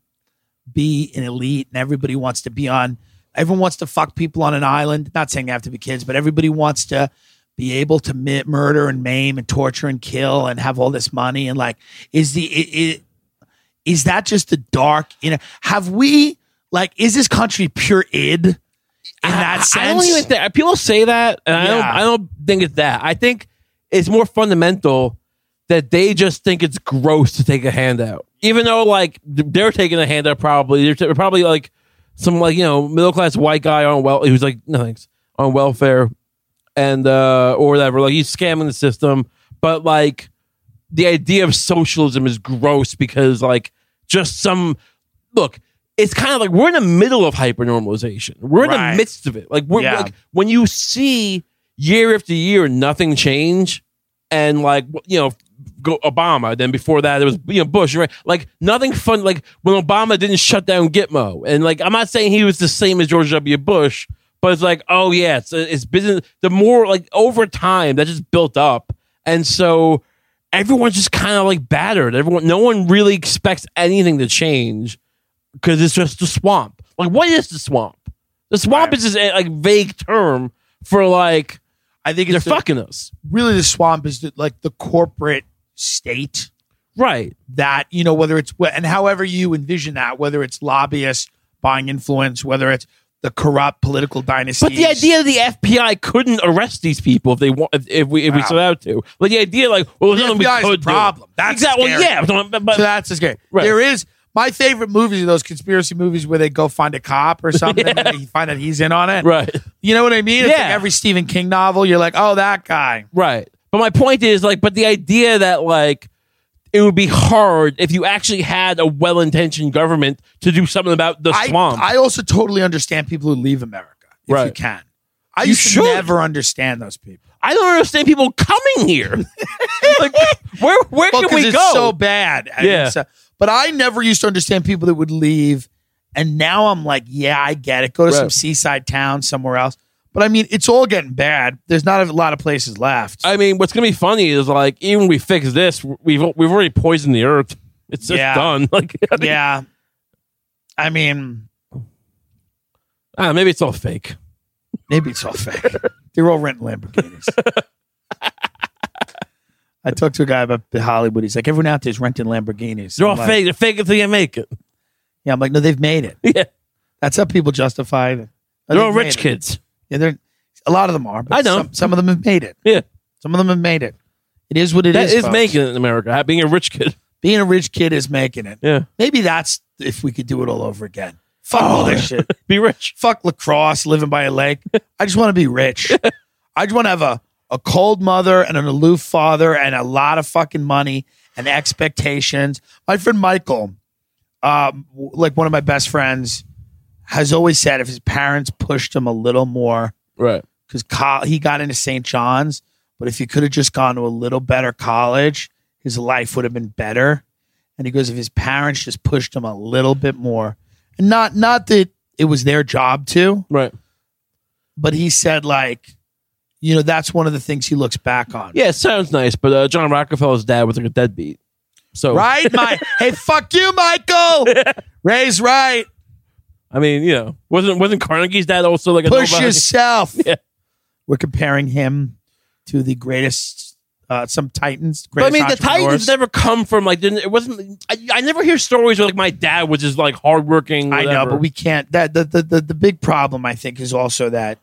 be an elite and everybody wants to be on? Everyone wants to fuck people on an island. Not saying they have to be kids, but everybody wants to be able to mi- murder and maim and torture and kill and have all this money and like is the it, is that just the dark? You know, have we like is this country pure id in that sense?
I don't even think people say that, and I don't.
Yeah.
I don't think it's that. I think it's more fundamental that they just think it's gross to take a handout, even though like th- they're taking a handout. Probably they're t- probably like some like you know middle class white guy on well who's like no thanks on welfare and uh or whatever. Like he's scamming the system, but like the idea of socialism is gross because like just some look it's kind of like we're in the middle of hypernormalization we're in
Right.
the midst of it like we're
Yeah.
like when you see year after year nothing change and like you know go obama then before that it was you know bush right like nothing fun like when obama didn't shut down gitmo and like i'm not saying he was the same as george w bush but it's like oh yeah it's, it's business the more like over time that just built up and so everyone's just kind of like battered. Everyone, no one really expects anything to change because it's just the swamp. Like, what is the swamp? The swamp is just a like vague term for like
I think
they're
it's the,
fucking us,
really the swamp is the, like the corporate state
right?
that you know whether it's and however you envision that whether it's lobbyists buying influence whether it's the corrupt political dynasty
But the idea that the FBI couldn't arrest these people if they want, if, if we if we
Wow.
set out to, but the idea like, well, there's
The
nothing we
FBI is the
could do.
problem. That's
exactly. Well,
scary.
yeah, but- but- but-
so that's just scary
Right.
there is my favorite movies are those conspiracy movies where they go find a cop or something and they find out he's in on it
right,
you know what I mean it's like
Yeah.
every Stephen King novel you're like oh that guy
right. But my point is like, but the idea that like it would be hard if you actually had a well-intentioned government to do something about the
I,
swamp.
I also totally understand people who leave America if you
Right.
can I
You
used to
should.
never understand those people
I don't understand people coming here. like, where where
Well,
can
'cause
we
it's
go?
so bad. I mean,
Yeah.
so- but I never used to understand people that would leave, and now I'm like, yeah, I get it. Go to some
Right.
seaside town somewhere else. But I mean, it's all getting bad. There's not a lot of places left.
I mean, what's gonna be funny is like even when we fix this, we've we've already poisoned the earth. It's just
Yeah.
done. Like, I mean,
yeah, I mean,
ah, maybe it's all fake.
maybe it's all fake. They're all renting Lamborghinis. I talked to a guy about Hollywood. He's like, everyone out there is renting Lamborghinis.
They're all
I'm like-
fake. They're fake until you make it.
Yeah, I'm like, no, they've made it.
Yeah,
That's how people justify it. No,
they're all
they've made
rich
it.
kids.
Yeah, they're a lot of them are. But
I know.
Some, some of them have made it.
Yeah,
Some of them have made it. It is what it is.
that is
folks.
making it in America. Being a rich kid.
being a rich kid is making it.
Yeah,
Maybe that's if we could do it all over again. Fuck all this shit.
be rich.
Fuck lacrosse, living by a lake. I just want to be rich. I just want to have a, a cold mother and an aloof father and a lot of fucking money and expectations. My friend Michael, um, w- like one of my best friends, has always said if his parents pushed him a little more,
Right.
because col- he got into St. John's, but if he could have just gone to a little better college, his life would have been better. And he goes, if his parents just pushed him a little bit more, and not not that it was their job to,
Right.
but he said like, you know, that's one of the things he looks back on.
Yeah, it sounds nice, but uh, John Rockefeller's dad was like a deadbeat. So
Right, Mike. hey, fuck you, Michael. Ray's right.
I mean, you know, wasn't wasn't Carnegie's dad also like a
Push
nobody?
yourself.
Yeah.
We're comparing him to the greatest, uh, some Titans.
But I
greatest
mean, the
entrepreneurs.
Titans never come from like didn't it wasn't. I, I never hear stories where like my dad was just like hardworking.
I know,
whatever.
but we can't. That the, the the the big problem I think is also that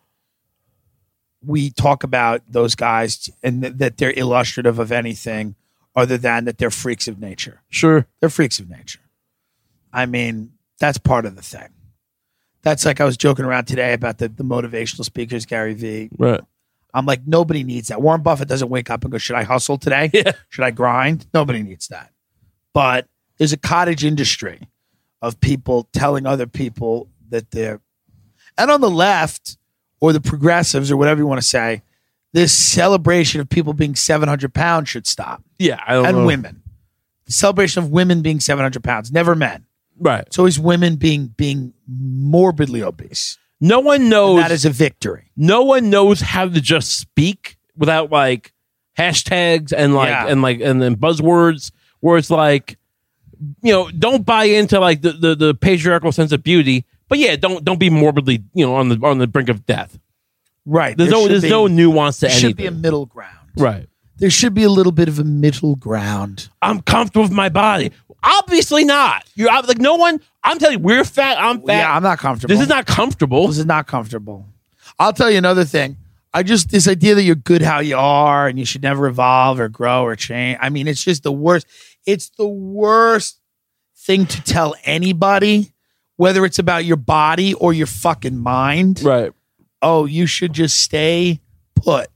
we talk about those guys and th- that they're illustrative of anything other than that they're freaks of nature.
sure.
They're freaks of nature. I mean, that's part of the thing. That's like I was joking around today about the, the motivational speakers, Gary Vee.
Right.
I'm like, nobody needs that. Warren Buffett doesn't wake up and go, Should I hustle today? Should I grind? Nobody needs that. But there's a cottage industry of people telling other people that they're, and on the left or the progressives or whatever you want to say, this celebration of people being 700 pounds should stop
Yeah. I don't
and
know.
women. The celebration of women being 700 pounds, never men.
Right.
It's always women being being morbidly obese.
No one knows.
that is a victory.
no one knows how to just speak without like hashtags and like
Yeah.
and like and then buzzwords where it's like you know don't buy into like the, the the patriarchal sense of beauty but yeah don't don't be morbidly you know on the on the brink of death
Right.
there's
There
no
should
there's
be-
no nuance to
There should be a
anything
middle ground.
right
There should be a little bit of a middle ground.
i'm comfortable with my body obviously not you're ob- like no one i'm telling you we're fat i'm fat
Yeah, I'm not comfortable.
this is not comfortable
This is not comfortable. I'll tell you another thing. I just this idea that you're good how you are and you should never evolve or grow or change. I mean, it's just the worst. It's the worst thing to tell anybody, whether it's about your body or your fucking mind.
right
oh, you should just stay put,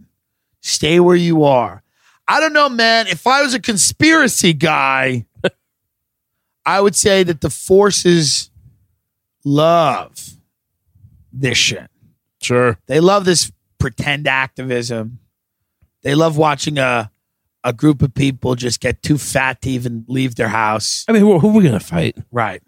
stay where you are. I don't know, man. If I was a conspiracy guy, I would say that the forces love this shit.
sure
They love this pretend activism. They love watching a a group of people just get too fat to even leave their house.
i mean who, who are we gonna fight
Right.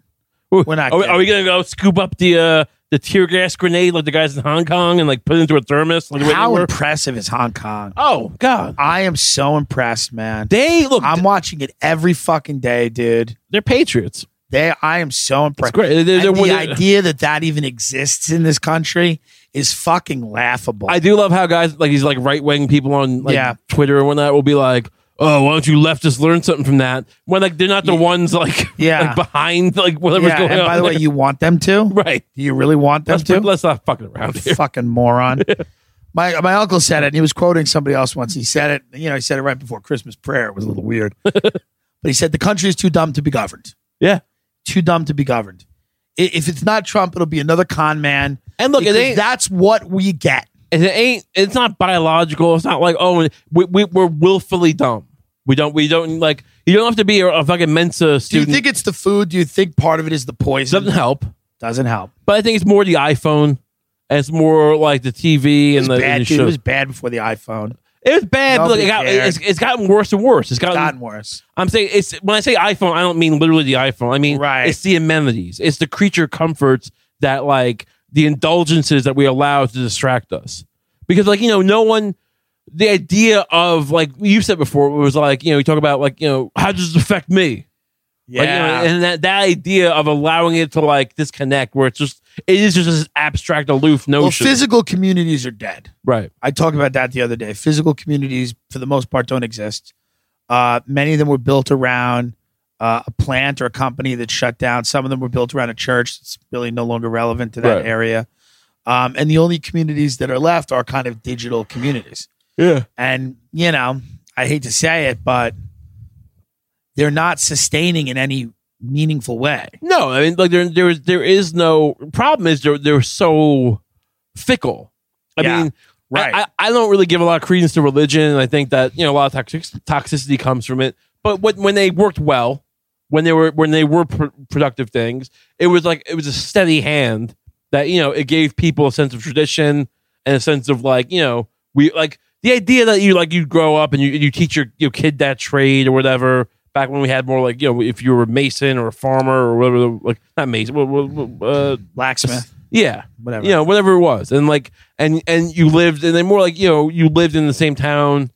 We're
not
Are we,
getting-
are we gonna go scoop up the uh, the tear gas grenade like the guys in Hong Kong and like put it into a thermos? Like the way
How
they were?
impressive is Hong Kong?
oh God!
I am so impressed, man.
They look.
I'm watching it every fucking day, dude.
they're patriots.
They, I am so impressed.
great. They're- they're-
And the
they're-
idea that that even exists in this country is fucking laughable.
I do love how guys like these like right wing people on like
Yeah.
Twitter and whatnot will be like, "Oh, why don't you leftists learn something from that?" When like they're not the ones like
Yeah.
like, behind like whatever's
yeah,
going
and
on.
by the way,
there.
you want them to?
right?
Do you really want them
Let's,
to?
let's not fucking around here.
fucking moron. my my uncle said it. And he was quoting somebody else once. He said it. You know, he said it right before Christmas prayer. It was a little weird, but he said the country is too dumb to be governed.
Yeah.
Too dumb to be governed. I- If it's not Trump, it'll be another con man.
And look, it
because
ain't-
that's what we get.
And it ain't it's not biological it's not like oh we, we, we're willfully dumb we don't we don't like you don't have to be a, a fucking mensa
Do you
student
think it's the food? Do you think part of it is the poison?
doesn't help
Doesn't help.
but i think it's more the iphone and it's more like the tv
It was
and the,
bad,
and the
dude. It
shows.
was bad before the iPhone.
It was bad but look,
Nobody
it got,
cared.
it's, it's gotten worse and worse it's gotten,
It's gotten worse.
i'm saying it's when i say iphone i don't mean literally the iphone i mean
Right.
it's the amenities it's the creature comforts that like the indulgences that we allow to distract us because like you know no one the idea of like you said before it was like you know you talk about like you know how does this affect me Like, you know, and that that idea of allowing it to like disconnect where it's just it is just this abstract aloof
well,
notion
physical communities are dead.
right
I talked about that the other day. Physical communities, for the most part, don't exist. Uh, many of them were built around uh, a plant or a company that shut down. Some of them were built around a church. It's really no longer relevant to that
Right.
area. Um, and the only communities that are left are kind of digital communities.
yeah
And, you know, I hate to say it, but they're not sustaining in any meaningful way.
no i mean like there there is there is no problem is they're they're so fickle i
Yeah.
mean
Right.
I, I, I don't really give a lot of credence to religion. and I think that you know a lot of toxic, toxicity comes from it. But when, when they worked well, when they were when they were pr- productive things, it was like it was a steady hand that you know it gave people a sense of tradition and a sense of like you know we like the idea that you like you grow up and you you teach your your kid that trade or whatever. Back when we had more like you know if you were a mason or a farmer or whatever like not mason wha- wha- wha- uh,
Blacksmith,
yeah
whatever.
you know whatever it was and like and and you lived and then more like you know you lived in the same town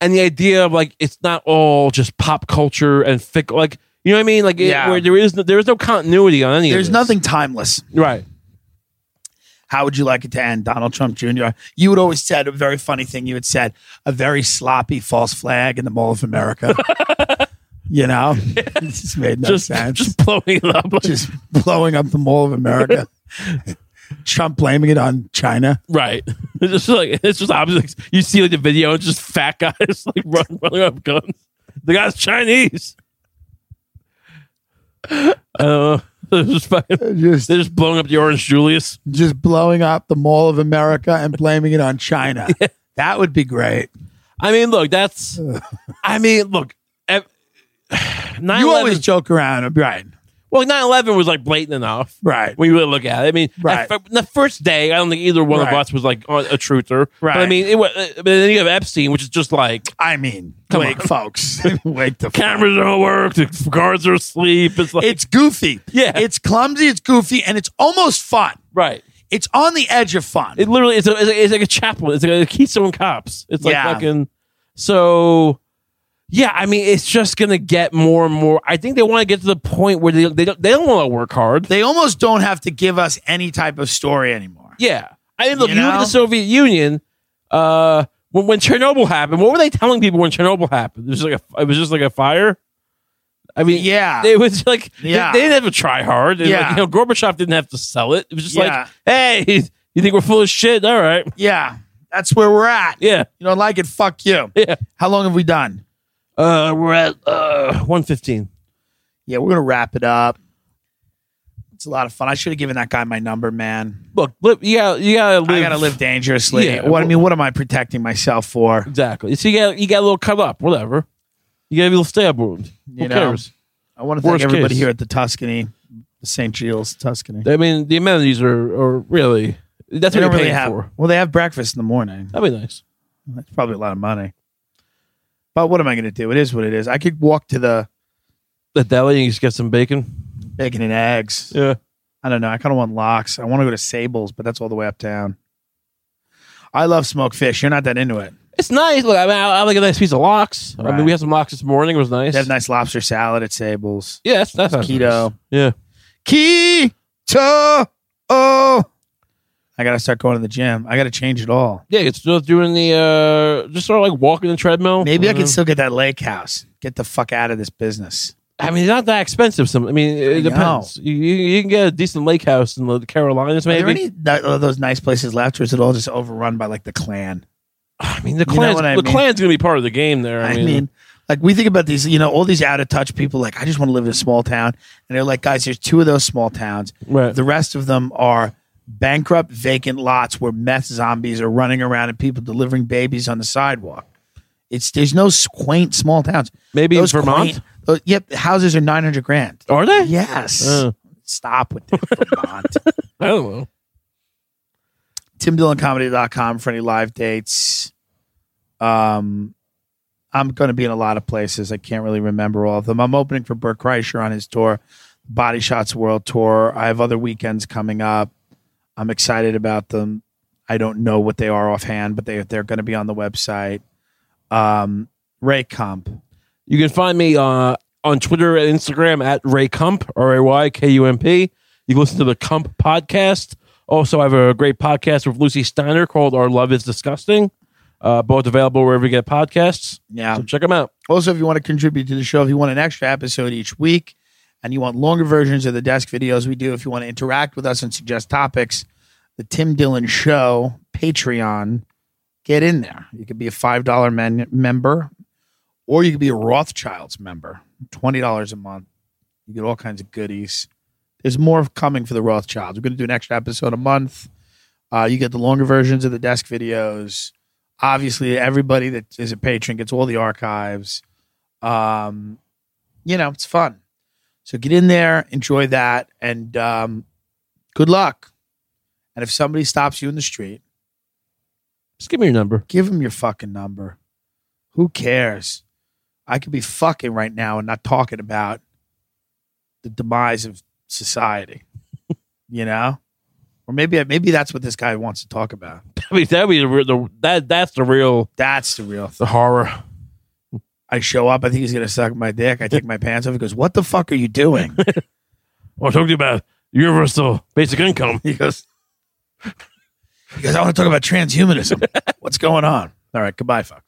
and the idea of like it's not all just pop culture and fic like you know what i mean like it-
Yeah.
where there is no, there is no continuity on any of
There's
this.
nothing timeless.
right
How would you like it to end, Donald Trump Jr.? You would always said a very funny thing. You had said a very sloppy false flag in the Mall of America. you know, it just made no
just
sense.
just blowing it up like-
just blowing up the Mall of America. Trump blaming it on China.
right it's just like it's just obvious like, you see like the video it's just fat guys like run, running up guns the guy's chinese uh they're, just fucking,
Just,
they're just blowing up the Orange Julius.
just blowing up the Mall of America and blaming it on China. That would be great.
I mean, look, that's. I mean, look. ev- 9/11
You always joke around, right?
well, 9-11 was like blatant enough.
Right.
When you really look at it, I mean,
Right.
at fir- the first day, I don't think either one of
Right.
us was like on- a truther.
Right.
But I mean, it was. But then you have Epstein, which is just like
I mean,
Come
wake folks, wake the.
cameras don't work, the guards are asleep. It's like
It's goofy.
Yeah.
It's clumsy. It's goofy, and it's almost fun.
right.
It's on the edge of fun.
It literally it's, a, it's, a, it's like a chaplain. It's like a Keystone Cops. It's like
Yeah.
fucking. So, yeah, I mean, it's just gonna get more and more. I think they want to get to the point where they they don't, they don't want to work hard.
they almost don't have to give us any type of story anymore.
Yeah, I mean, look,
You
you, look at
know?
the Soviet Union. Uh, when, when Chernobyl happened, what were they telling people when Chernobyl happened? It was like a, it was just like a fire. I mean,
Yeah.
it was like they-
Yeah.
they, didn't have to try hard. It was
Yeah.
like, you know, Gorbachev didn't have to sell it. It was just
Yeah.
like, hey, you think we're full of shit? All right,
Yeah. That's where we're at.
yeah,
You don't like it? Fuck you.
yeah.
How long have we done?
Uh, we're at uh one fifteen.
Yeah, we're gonna wrap it up. It's a lot of fun. I should have given that guy my number, man.
Look, li- you gotta you gotta live.
I gotta live dangerously.
Yeah,
what I
well-
mean, what am I protecting myself for?
exactly. So you got you got a little cut up, whatever. You got a little stab wound.
You
Who
know?
cares?
I want to thank
Worst
everybody
case.
here at the Tuscany, the St. Giles Tuscany.
I mean, the amenities are are really that's
They
what you're
don't really
paying
have.
for.
Well, they have breakfast in the morning.
That'd be nice.
That's probably a lot of money. But what am I gonna do? It is what it is. I could walk to the
The deli, you just get some bacon.
bacon and eggs.
Yeah,
I don't know. I kind of want locks. I want to go to Sables, but that's all the way uptown. I love smoked fish. You're not that into it.
it's nice. Look, I mean, I, I like a nice piece of lox. I
Right.
mean, we had some lox this morning. It was nice.
They have nice lobster salad at Sables.
yeah, that's that's nice.
Keto.
Yeah,
Keto. Oh, I gotta start going to the gym. I gotta change it all.
yeah. It's still doing the uh, just sort of like walking the treadmill.
Maybe I
Uh,
can still get that lake house. Get the fuck out of this business.
I mean, it's not that expensive. Some, I mean, it
I
depends. You, you, you can get a decent lake house in the Carolinas,
Are
maybe.
there any th- of those nice places left, or is it all just overrun by like the Klan?
I mean,
You
the
know
clan's,
what I
the
mean?
clan's gonna be part of the game there. I,
I
mean,
mean, like we think about these, you know, all these out of touch people. Like, I just want to live in a small town, and they're like, guys, there's two of those small towns.
right?
The rest of them are bankrupt, vacant lots where meth zombies are running around and people delivering babies on the sidewalk. It's there's no s- quaint small towns.
Maybe
Those
Vermont?
quaint- those- yep, houses are nine hundred grand.
Are they?
Yes.
Uh.
Stop with that, Vermont.
I don't know.
TimDillonComedy.com for any live dates. Um, I'm going to be in a lot of places. I can't really remember all of them. I'm opening for Burt Kreischer on his tour, Body Shots World Tour. I have other weekends coming up. I'm excited about them. I don't know what they are offhand, but they they're going to be on the website. Um, Ray Comp.
You can find me uh, on Twitter and Instagram at Ray Kump, R A Y K U M P. You can listen to the Kump podcast. Also, I have a great podcast with Lucy Steiner called Our Love is Disgusting. Uh, both available wherever you get podcasts.
Yeah.
So check them out.
Also, if you want to contribute to the show, if you want an extra episode each week and you want longer versions of the desk videos we do, if you want to interact with us and suggest topics, the Tim Dillon Show Patreon, get in there. You could be a $5 men- member or you could be a Rothschild's member, $20 a month. You get all kinds of goodies. There's more coming for the Rothschilds. We're going to do an extra episode a month. Uh, you get the longer versions of the desk videos obviously everybody that is a patron gets all the archives um you know it's fun so get in there enjoy that and um good luck and if somebody stops you in the street
Just give me your number.
give them your fucking number who cares i could be fucking right now and not talking about the demise of society you know or maybe maybe that's what this guy wants to talk about
I mean, that'd be the, real- the that that's the real
that's the real
the horror.
I show up. I think he's gonna suck my dick. I take my pants off. He goes, "What the fuck are you doing?"
Well, talk to you about universal basic income.
He goes, "He goes, I want to talk about transhumanism. What's going on?" All right, goodbye, fuck.